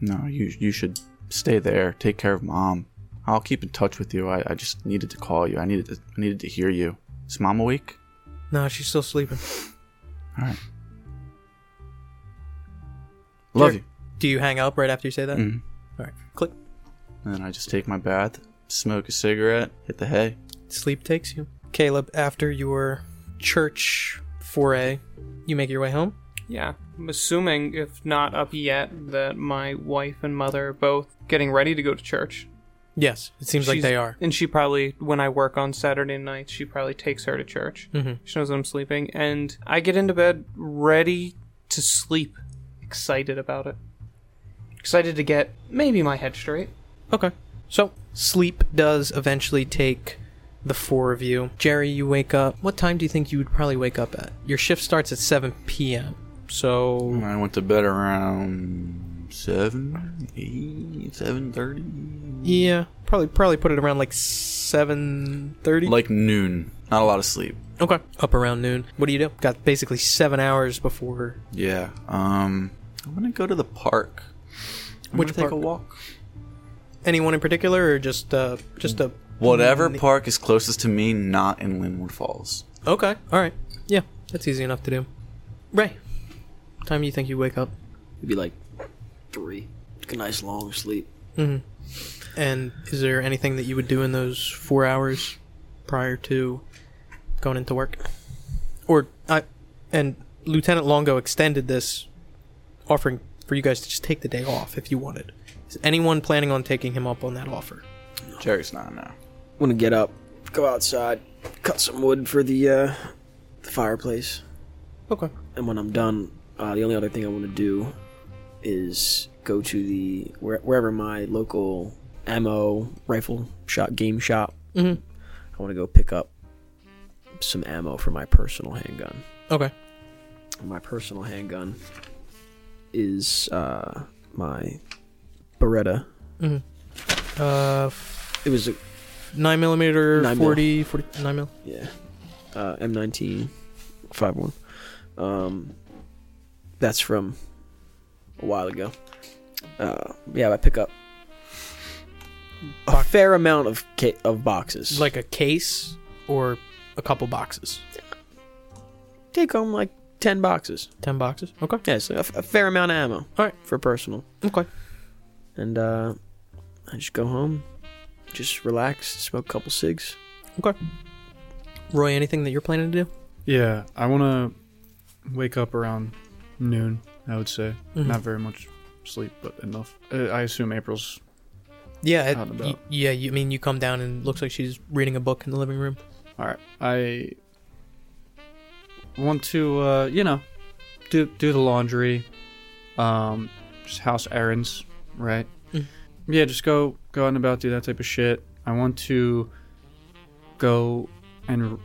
No, you you should stay there. Take care of Mom. I'll keep in touch with you. I, I just needed to call you. I needed to, I needed to hear you. Is Mom awake? No, she's still sleeping. All right. Love Jer- you. Do you hang up right after you say that? Mhm. All right. Click. And then I just take my bath, smoke a cigarette, hit the hay. Sleep takes you. Caleb, after your church foray, you make your way home. Yeah. I'm assuming, if not up yet, that my wife and mother are both getting ready to go to church. Yes, it seems like She's- they are. And she probably, when I work on Saturday nights, she probably takes her to church. Mhm. She knows that I'm sleeping. And I get into bed ready to sleep, excited about it. Excited to get maybe my head straight. Okay. So, sleep does eventually take the four of you. Jerry, you wake up. What time do you think you would probably wake up at? Your shift starts at 7 p.m. So, I went to bed around seven, eight, seven thirty. yeah, probably probably put it around like 7:30. Like noon. Not a lot of sleep. okay. Up around noon. What do you do? Got basically 7 hours before Yeah. Um, I'm gonna go to the park. I'm Which gonna take park? a walk. Mm, anyone in particular or just uh just a Whatever park is closest to me, not in Linwood Falls. Okay. All right. Yeah, that's easy enough to do. Ray, what time do you think you wake up? It'd be like three. Like a nice long sleep. And is there anything that you would do in those four hours prior to going into work? Or I and Lieutenant Longo extended this offering for you guys to just take the day off if you wanted. Is anyone planning on taking him up on that offer? Jerry's not now. Want to get up, go outside, cut some wood for the uh, the fireplace, Okay. and when I'm done, uh, the only other thing I want to do is go to the where, wherever my local ammo rifle shop game shop. Mhm. I want to go pick up some ammo for my personal handgun. Okay. My personal handgun is uh, my Beretta. Uh, It was a nine millimeter, Nine mil. 40, 40, nine mil. Yeah. Uh, M19 51. Um, that's from a while ago. Uh, yeah, I pick up a fair amount of ca- of boxes. Like a case or a couple boxes. take home like 10 boxes. Ten boxes. Okay. Yeah, so a, f- a fair amount of ammo. All right. For personal. Okay. And uh, I just go home, just relax, smoke a couple cigs. Okay. Roy, anything that you're planning to do? Yeah, I want to wake up around noon. I would say Mhm. not very much sleep, but enough. Uh, I assume April's. Yeah, Out and it, y- about. yeah. You I mean you come down and looks like she's reading a book in the living room. All right, I want to, uh, you know, do do the laundry, um, just house errands, right? Mm. Yeah, just go go out and about, do that type of shit. I want to go and r-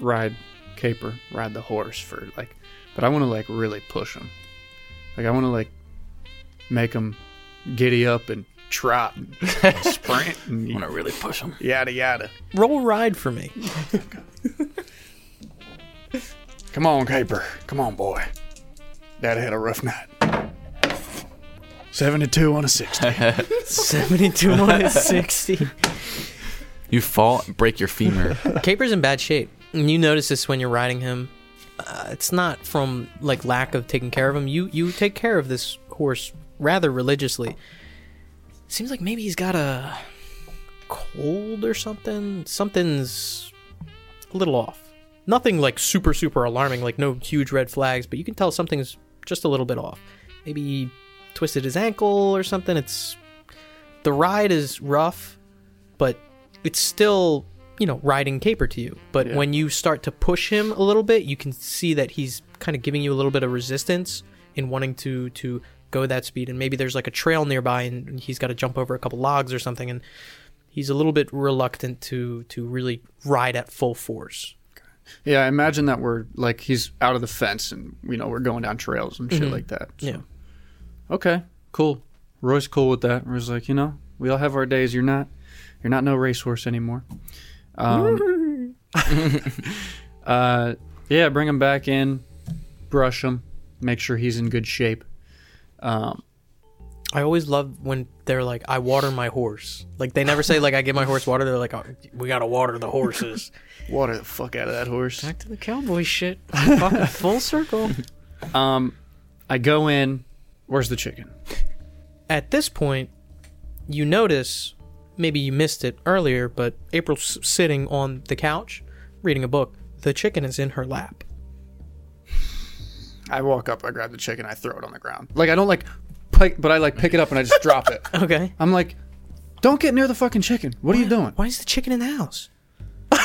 ride Caper, ride the horse for like, but I want to like really push him. Like I want to like make him giddy up and trot. Sprint. I'm gonna really push him. Yada yada. Roll ride for me. Come on, Caper. Come on, boy. Dad had a rough night. 72 on a 60. Seventy-two on his sixty. You fall, and break your femur. Caper's in bad shape. And you notice this when you're riding him. Uh, it's not from like lack of taking care of him. You you take care of this horse rather religiously. Seems like maybe he's got a cold or something. Something's a little off. Nothing like super super alarming, like no huge red flags, but you can tell something's just a little bit off. Maybe he twisted his ankle or something. It's the ride is rough, but it's still you know riding caper to you but when you start to push him a little bit you can see that he's kind of giving you a little bit of resistance in wanting to to go that speed and maybe there's like a trail nearby and he's got to jump over a couple logs or something and he's a little bit reluctant to to really ride at full force Yeah, I imagine that we're like he's out of the fence, and you know we're going down trails and shit like that. so. Yeah. Okay. Mm-hmm. Cool. Roy's cool with that. Roy's like, you know, we all have our days. You're not, you're not no racehorse anymore. Um, uh, yeah, bring him back in, brush him, make sure he's in good shape. Um, i always love when they're like i water my horse like they never say like i give my horse water they're like oh, we gotta water the horses water the fuck out of that horse. back to the cowboy shit fucking full circle Um, I go in. Where's the chicken? at this point, you notice maybe you missed it earlier, but April's sitting on the couch reading a book. The chicken is in her lap. I walk up, I grab the chicken, I throw it on the ground. Like I don't like, pick, but I like pick it up and I just drop it. Okay. I'm like, don't get near the fucking chicken. What are you doing? Why is the chicken in the house?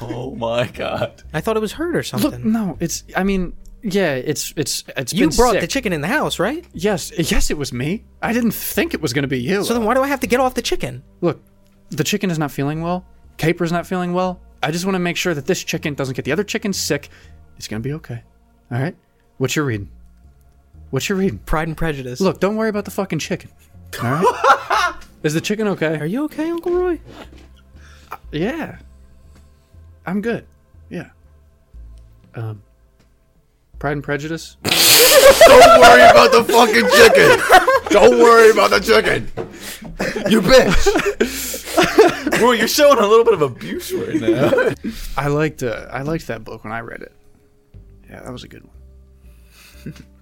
Oh my god. I thought it was hurt or Look, something. no, it's. I mean, yeah, it's it's it's. you been brought the sick. chicken in the house, right? Yes, yes, it was me. I didn't think it was gonna be you. So then why do I have to get off the chicken? Look, the chicken is not feeling well. Caper's not feeling well. I just want to make sure that this chicken doesn't get the other chicken sick. It's gonna be okay. All right. What you reading? What you reading? Pride and Prejudice. Look, don't worry about the fucking chicken. All right. is the chicken okay? are you okay, Uncle Roy? Yeah. I'm good. Yeah. Um Pride and Prejudice? Don't worry about the fucking chicken. Don't worry about the chicken. You bitch. Well, you're showing a little bit of abuse right now. I liked uh, I liked that book when I read it. Yeah, that was a good one.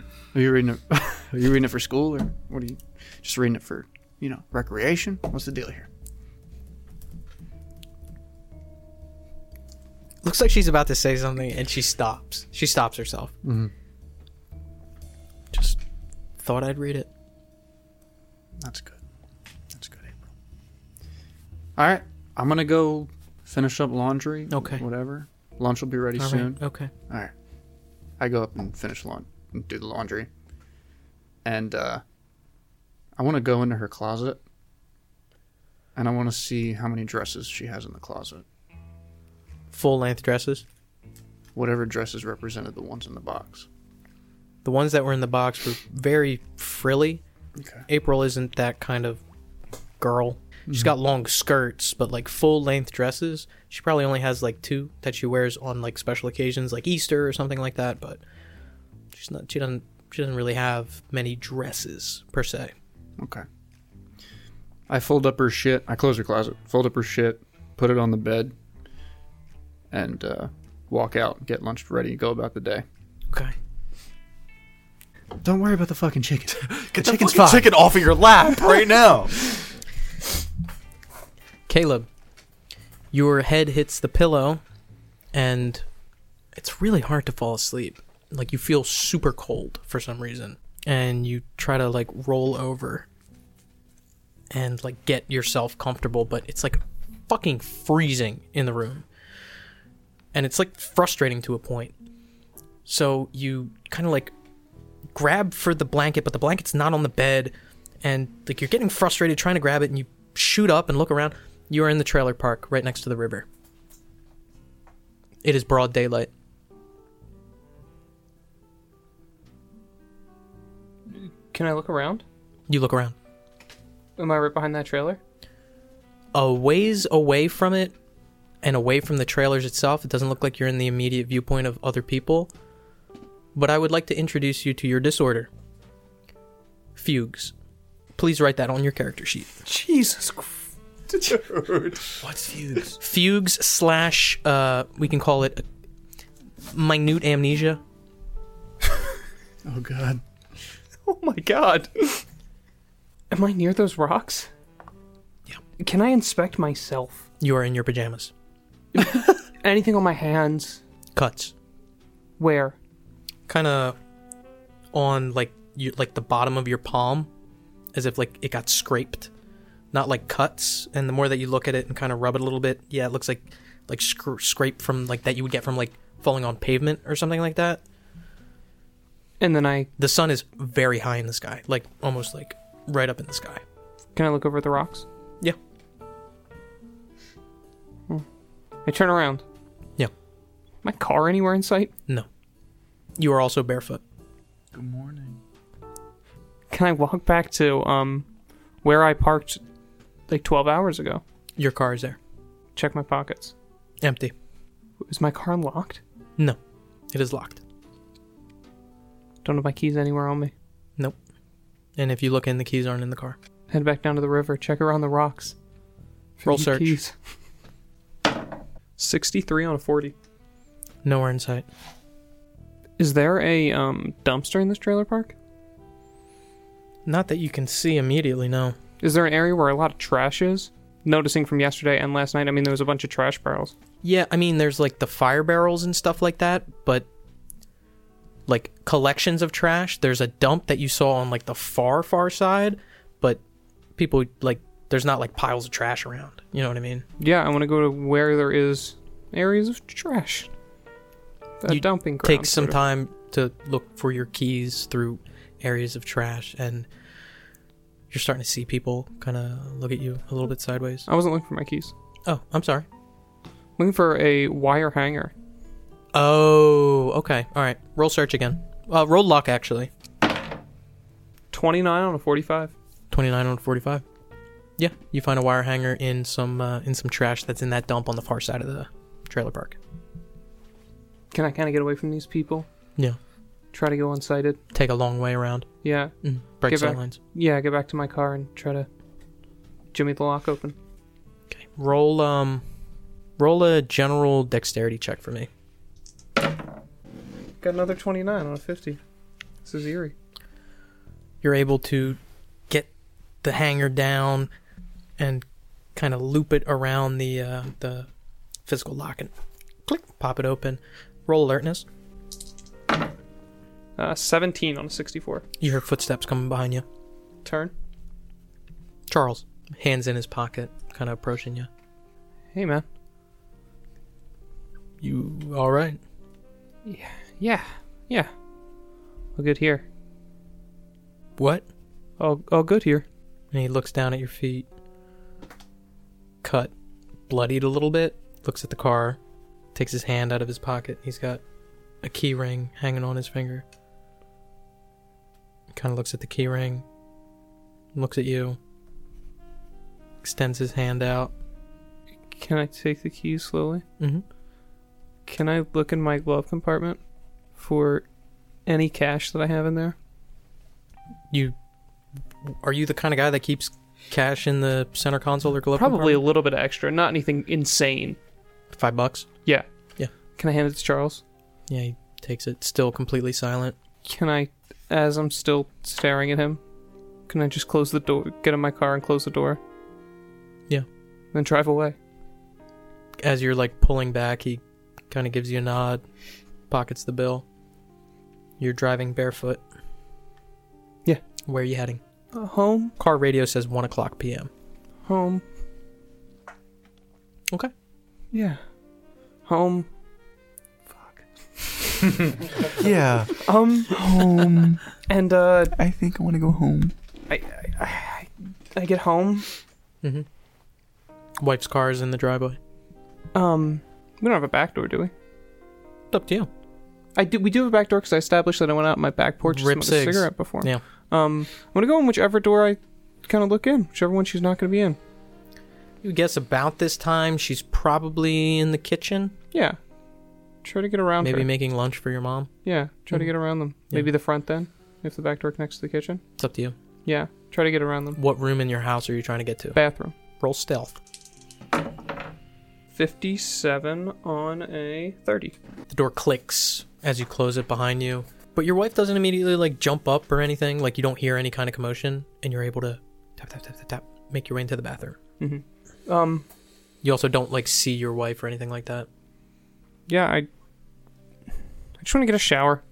are you reading it are you reading it for school or what are you just reading it for, you know, recreation? What's the deal here? Looks like she's about to say something and she stops. She stops herself. Mm-hmm. Just thought I'd read it. That's good. That's good, April. Alright. I'm gonna go finish up laundry. Okay. Whatever. Lunch will be ready All right. soon. Okay. All right. I go up and finish laun- do the laundry. And uh, I want to go into her closet. And I want to see how many dresses she has in the closet. Full length dresses. Whatever dresses represented the ones in the box. The ones that were in the box were very frilly. Okay. April isn't that kind of girl. She's got long skirts, but like full length dresses. She probably only has like two that she wears on like special occasions, like Easter or something like that. But she's not. She doesn't. She doesn't really have many dresses per se. Okay. I fold up her shit. I close her closet, fold up her shit, put it on the bed, and uh, walk out, get lunch ready, go about the day. Okay. Don't worry about the fucking chicken. Get the fucking chicken off of your lap right now. Caleb, your head hits the pillow, and it's really hard to fall asleep. Like you feel super cold for some reason, and you try to like roll over and like get yourself comfortable, but it's like fucking freezing in the room. And it's like frustrating to a point. So you kind of like grab for the blanket, but the blanket's not on the bed, and like you're getting frustrated trying to grab it, and you shoot up and look around. You are in the trailer park right next to the river. It is broad daylight. Can I look around? You look around. Am I right behind that trailer? a ways away from it and away from the trailers itself. It doesn't look like you're in the immediate viewpoint of other people. But I would like to introduce you to your disorder fugues. Please write that on your character sheet. Jesus Dude. What's fugues? Fugues slash, uh, we can call it minute amnesia. Oh god. Oh my god. Am I near those rocks? Yeah. Can I inspect myself? You are in your pajamas. Anything on my hands? Cuts. Where? kind of on like you like the bottom of your palm as if like it got scraped not like cuts and the more that you look at it and kind of rub it a little bit yeah it looks like like scr- scrape from like that you would get from like falling on pavement or something like that And then I the sun is very high in the sky like almost like right up in the sky can I look over at the rocks? Yeah. Hmm. I turn around. Yeah. My car anywhere in sight? no you are also barefoot Good morning. Can I walk back to um where I parked like 12 hours ago? your car is there Check my pockets. empty Is my car locked? no it is locked Don't have my keys anywhere on me. and if you look in the keys aren't in the car Head back down to the river. Check around the rocks. for Roll the search. keys. 63 on a 40. nowhere in sight Is there a um, dumpster in this trailer park? not that you can see immediately no Is there an area where a lot of trash is? Noticing from yesterday and last night, I mean, there was a bunch of trash barrels. Yeah, I mean, there's like the fire barrels and stuff like that, but like collections of trash. There's a dump that you saw on like the far, far side, but people like there's not like piles of trash around. You know what I mean? Yeah, I want to go to where there is areas of trash. A You dumping ground. Take some sort of. time to look for your keys through areas of trash, and you're starting to see people kind of look at you a little bit sideways. I wasn't looking for my keys. Oh, I'm sorry. Looking for a wire hanger. Oh, okay. All right. Roll search again. Uh, roll luck actually. 29 on a 45. 29 on 45. Yeah, you find a wire hanger in some uh, in some trash that's in that dump on the far side of the trailer park. Can I kind of get away from these people? Yeah. Try to go unsighted. Take a long way around. Yeah. Mm. Break Get sight back. lines. Yeah, get back to my car and try to jimmy the lock open. Okay. Roll um roll a general dexterity check for me. Got another 29 on a 50. This is eerie. You're able to get the hanger down and kind of loop it around the uh, the physical lock and click pop it open. Roll alertness. Uh, 17 on a 64. You hear footsteps coming behind you. Turn. Charles, hands in his pocket, kind of approaching you. Hey, man. You all right? Yeah. Yeah. All good here. What? All, all good here. and he looks down at your feet. Cut, bloodied a little bit. Looks at the car, takes his hand out of his pocket. He's got a key ring hanging on his finger. Kind of looks at the key ring, looks at you, extends his hand out. Can I take the keys slowly? Mm-hmm. Can I look in my glove compartment for any cash that I have in there? You are you the kind of guy that keeps cash in the center console or glove? Probably a compartment? little bit of extra, not anything insane. five bucks. Yeah. Yeah. Can I hand it to Charles? Yeah, he takes it. Still completely silent. Can I, as I'm still staring at him, can I just close the door, get in my car and close the door? Yeah. Then drive away. as you're like pulling back, he kind of gives you a nod, pockets the bill. You're driving barefoot. Yeah. Where are you heading? Uh, home, Car radio says 1 o'clock p.m. home. Okay. Yeah. Home. Yeah, Um, home. and, uh, I think I want to go home. I get home. Wife's car is in the driveway. Um, we don't have a back door, do we? It's up to you. I do. We do have a back door because I established that I went out on my back porch to Rip smoke a cigs. cigarette before. Yeah. Um, I'm gonna go in whichever door I kind of look in, whichever one she's not going to be in. You guess about this time she's probably in the kitchen, Yeah. Try to get around maybe her. making lunch for your mom. yeah, try to get around them. Mm. Yeah. Maybe the front then, if the back door connects to the kitchen. It's up to you. Yeah, try to get around them. What room in your house are you trying to get to? Bathroom. Roll stealth. 57 on a 30. The door clicks as you close it behind you, but your wife doesn't immediately like jump up or anything. Like you don't hear any kind of commotion, and you're able to tap tap tap tap tap make your way into the bathroom. Um, You also don't like see your wife or anything like that. yeah, I, I just want to get a shower.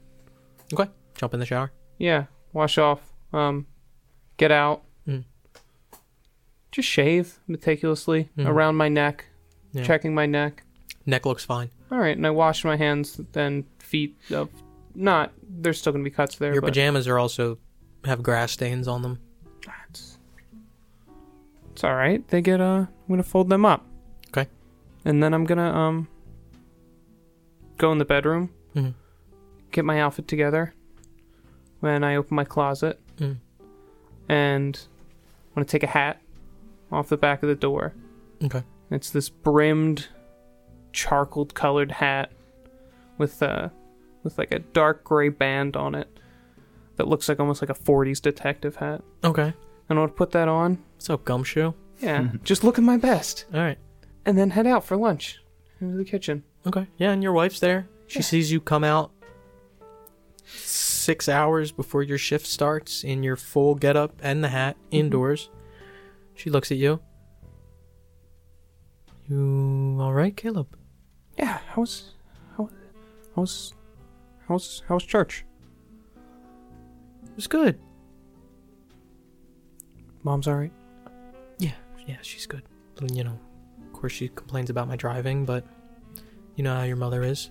Okay, jump in the shower. Yeah, wash off. Um, get out. Mm. Just shave meticulously Mhm. around my neck, Yeah. checking my neck. Neck looks fine. All right, and I wash my hands and feet of not. There's still gonna be cuts there. Your but pajamas are also have grass stains on them. It's all right. They get. Uh, I'm gonna fold them up. Okay. And then I'm gonna um. Go in the bedroom. Mhm. Get my outfit together. When I open my closet. Mm. And I'm gonna take a hat off the back of the door. Okay. It's this brimmed, charcoal colored hat with uh with like a dark gray band on it that looks like almost like a 40s detective hat. Okay. And I'll put that on. What's up, gumshoe? All Yeah, just looking my best, right. and then head out for lunch into the kitchen. Okay. Yeah, and your wife's there. She sees you come out six hours before your shift starts in your full getup and the hat indoors. She looks at you. You all right, Caleb? Yeah, how's how, how's how's how's church? It was good. Mom's all right. Yeah, yeah, she's good. You know, of course she complains about my driving, but you know how your mother is.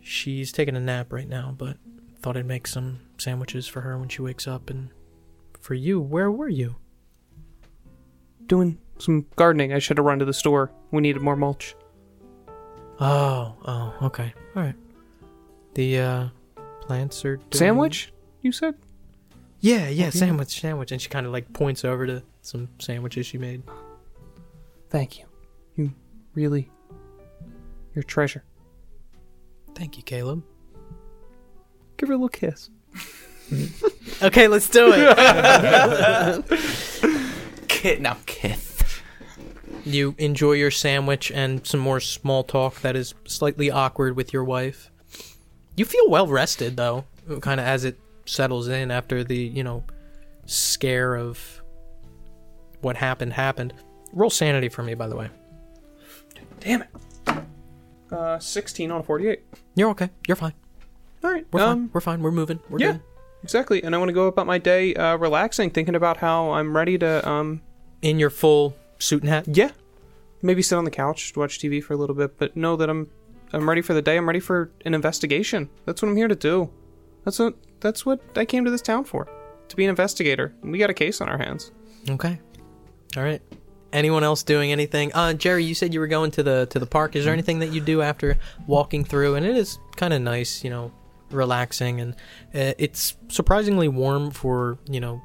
She's taking a nap right now, but thought I'd make some sandwiches for her when she wakes up. And for you, where were you? Doing some gardening. I should have run to the store. We needed more mulch. Oh, oh, okay, all right. The uh, plants are doing... Sandwich? You said? Yeah, yeah, sandwich, sandwich. And she kind of like points over to some sandwiches she made. Thank you. You really. Your treasure. Thank you, Caleb. Give her a little kiss. Okay, let's do it. Kit now Kith. You enjoy your sandwich and some more small talk that is slightly awkward with your wife. You feel well rested though, kind of as it settles in after the, you know, scare of what happened happened. Roll sanity for me by the way. Damn it. Uh, 16 on a 48. You're okay. You're fine. All right. We're um, fine. We're fine. We're moving. We're yeah. good. Exactly. And I want to go about my day uh, relaxing, thinking about how I'm ready to, um, In your full suit and hat. yeah, maybe sit on the couch, watch TV for a little bit, but know that I'm I'm ready for the day. I'm ready for an investigation. That's what I'm here to do. That's what that's what I came to this town for. To be an investigator. We got a case on our hands. Okay. All right. Anyone else doing anything? Uh, Jerry, you said you were going to the to the park. Is there anything that you do after walking through? And it is kind of nice, you know, relaxing, and uh, it's surprisingly warm for you know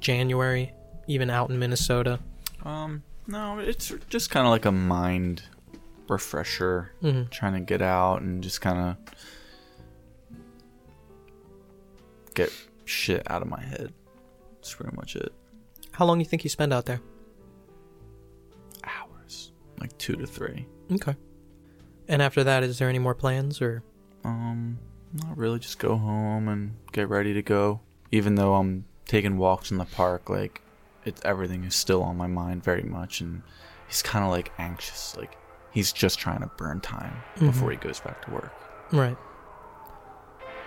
January, even out in Minnesota. Um, no, it's just kind of like a mind refresher, Mhm. trying to get out and just kind of get shit out of my head. That's pretty much it. How long you think you spend out there? Hours, like two to three. Okay. And after that, is there any more plans or? Um, not really. Just go home and get ready to go. Even though I'm taking walks in the park, like it's everything is still on my mind very much, and he's kind of like anxious. Like he's just trying to burn time before he goes back to work. Right.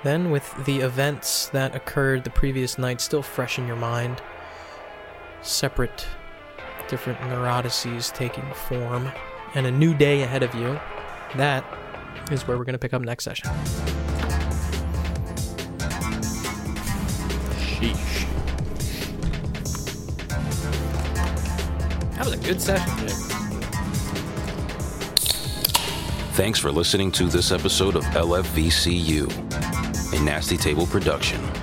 Then, with the events that occurred the previous night still fresh in your mind, separate, different neurotices taking form, and a new day ahead of you, that is where we're going to pick up next session. Sheesh. That was a good session, Thanks for listening to this episode of LFVCU, a Nasty Table production.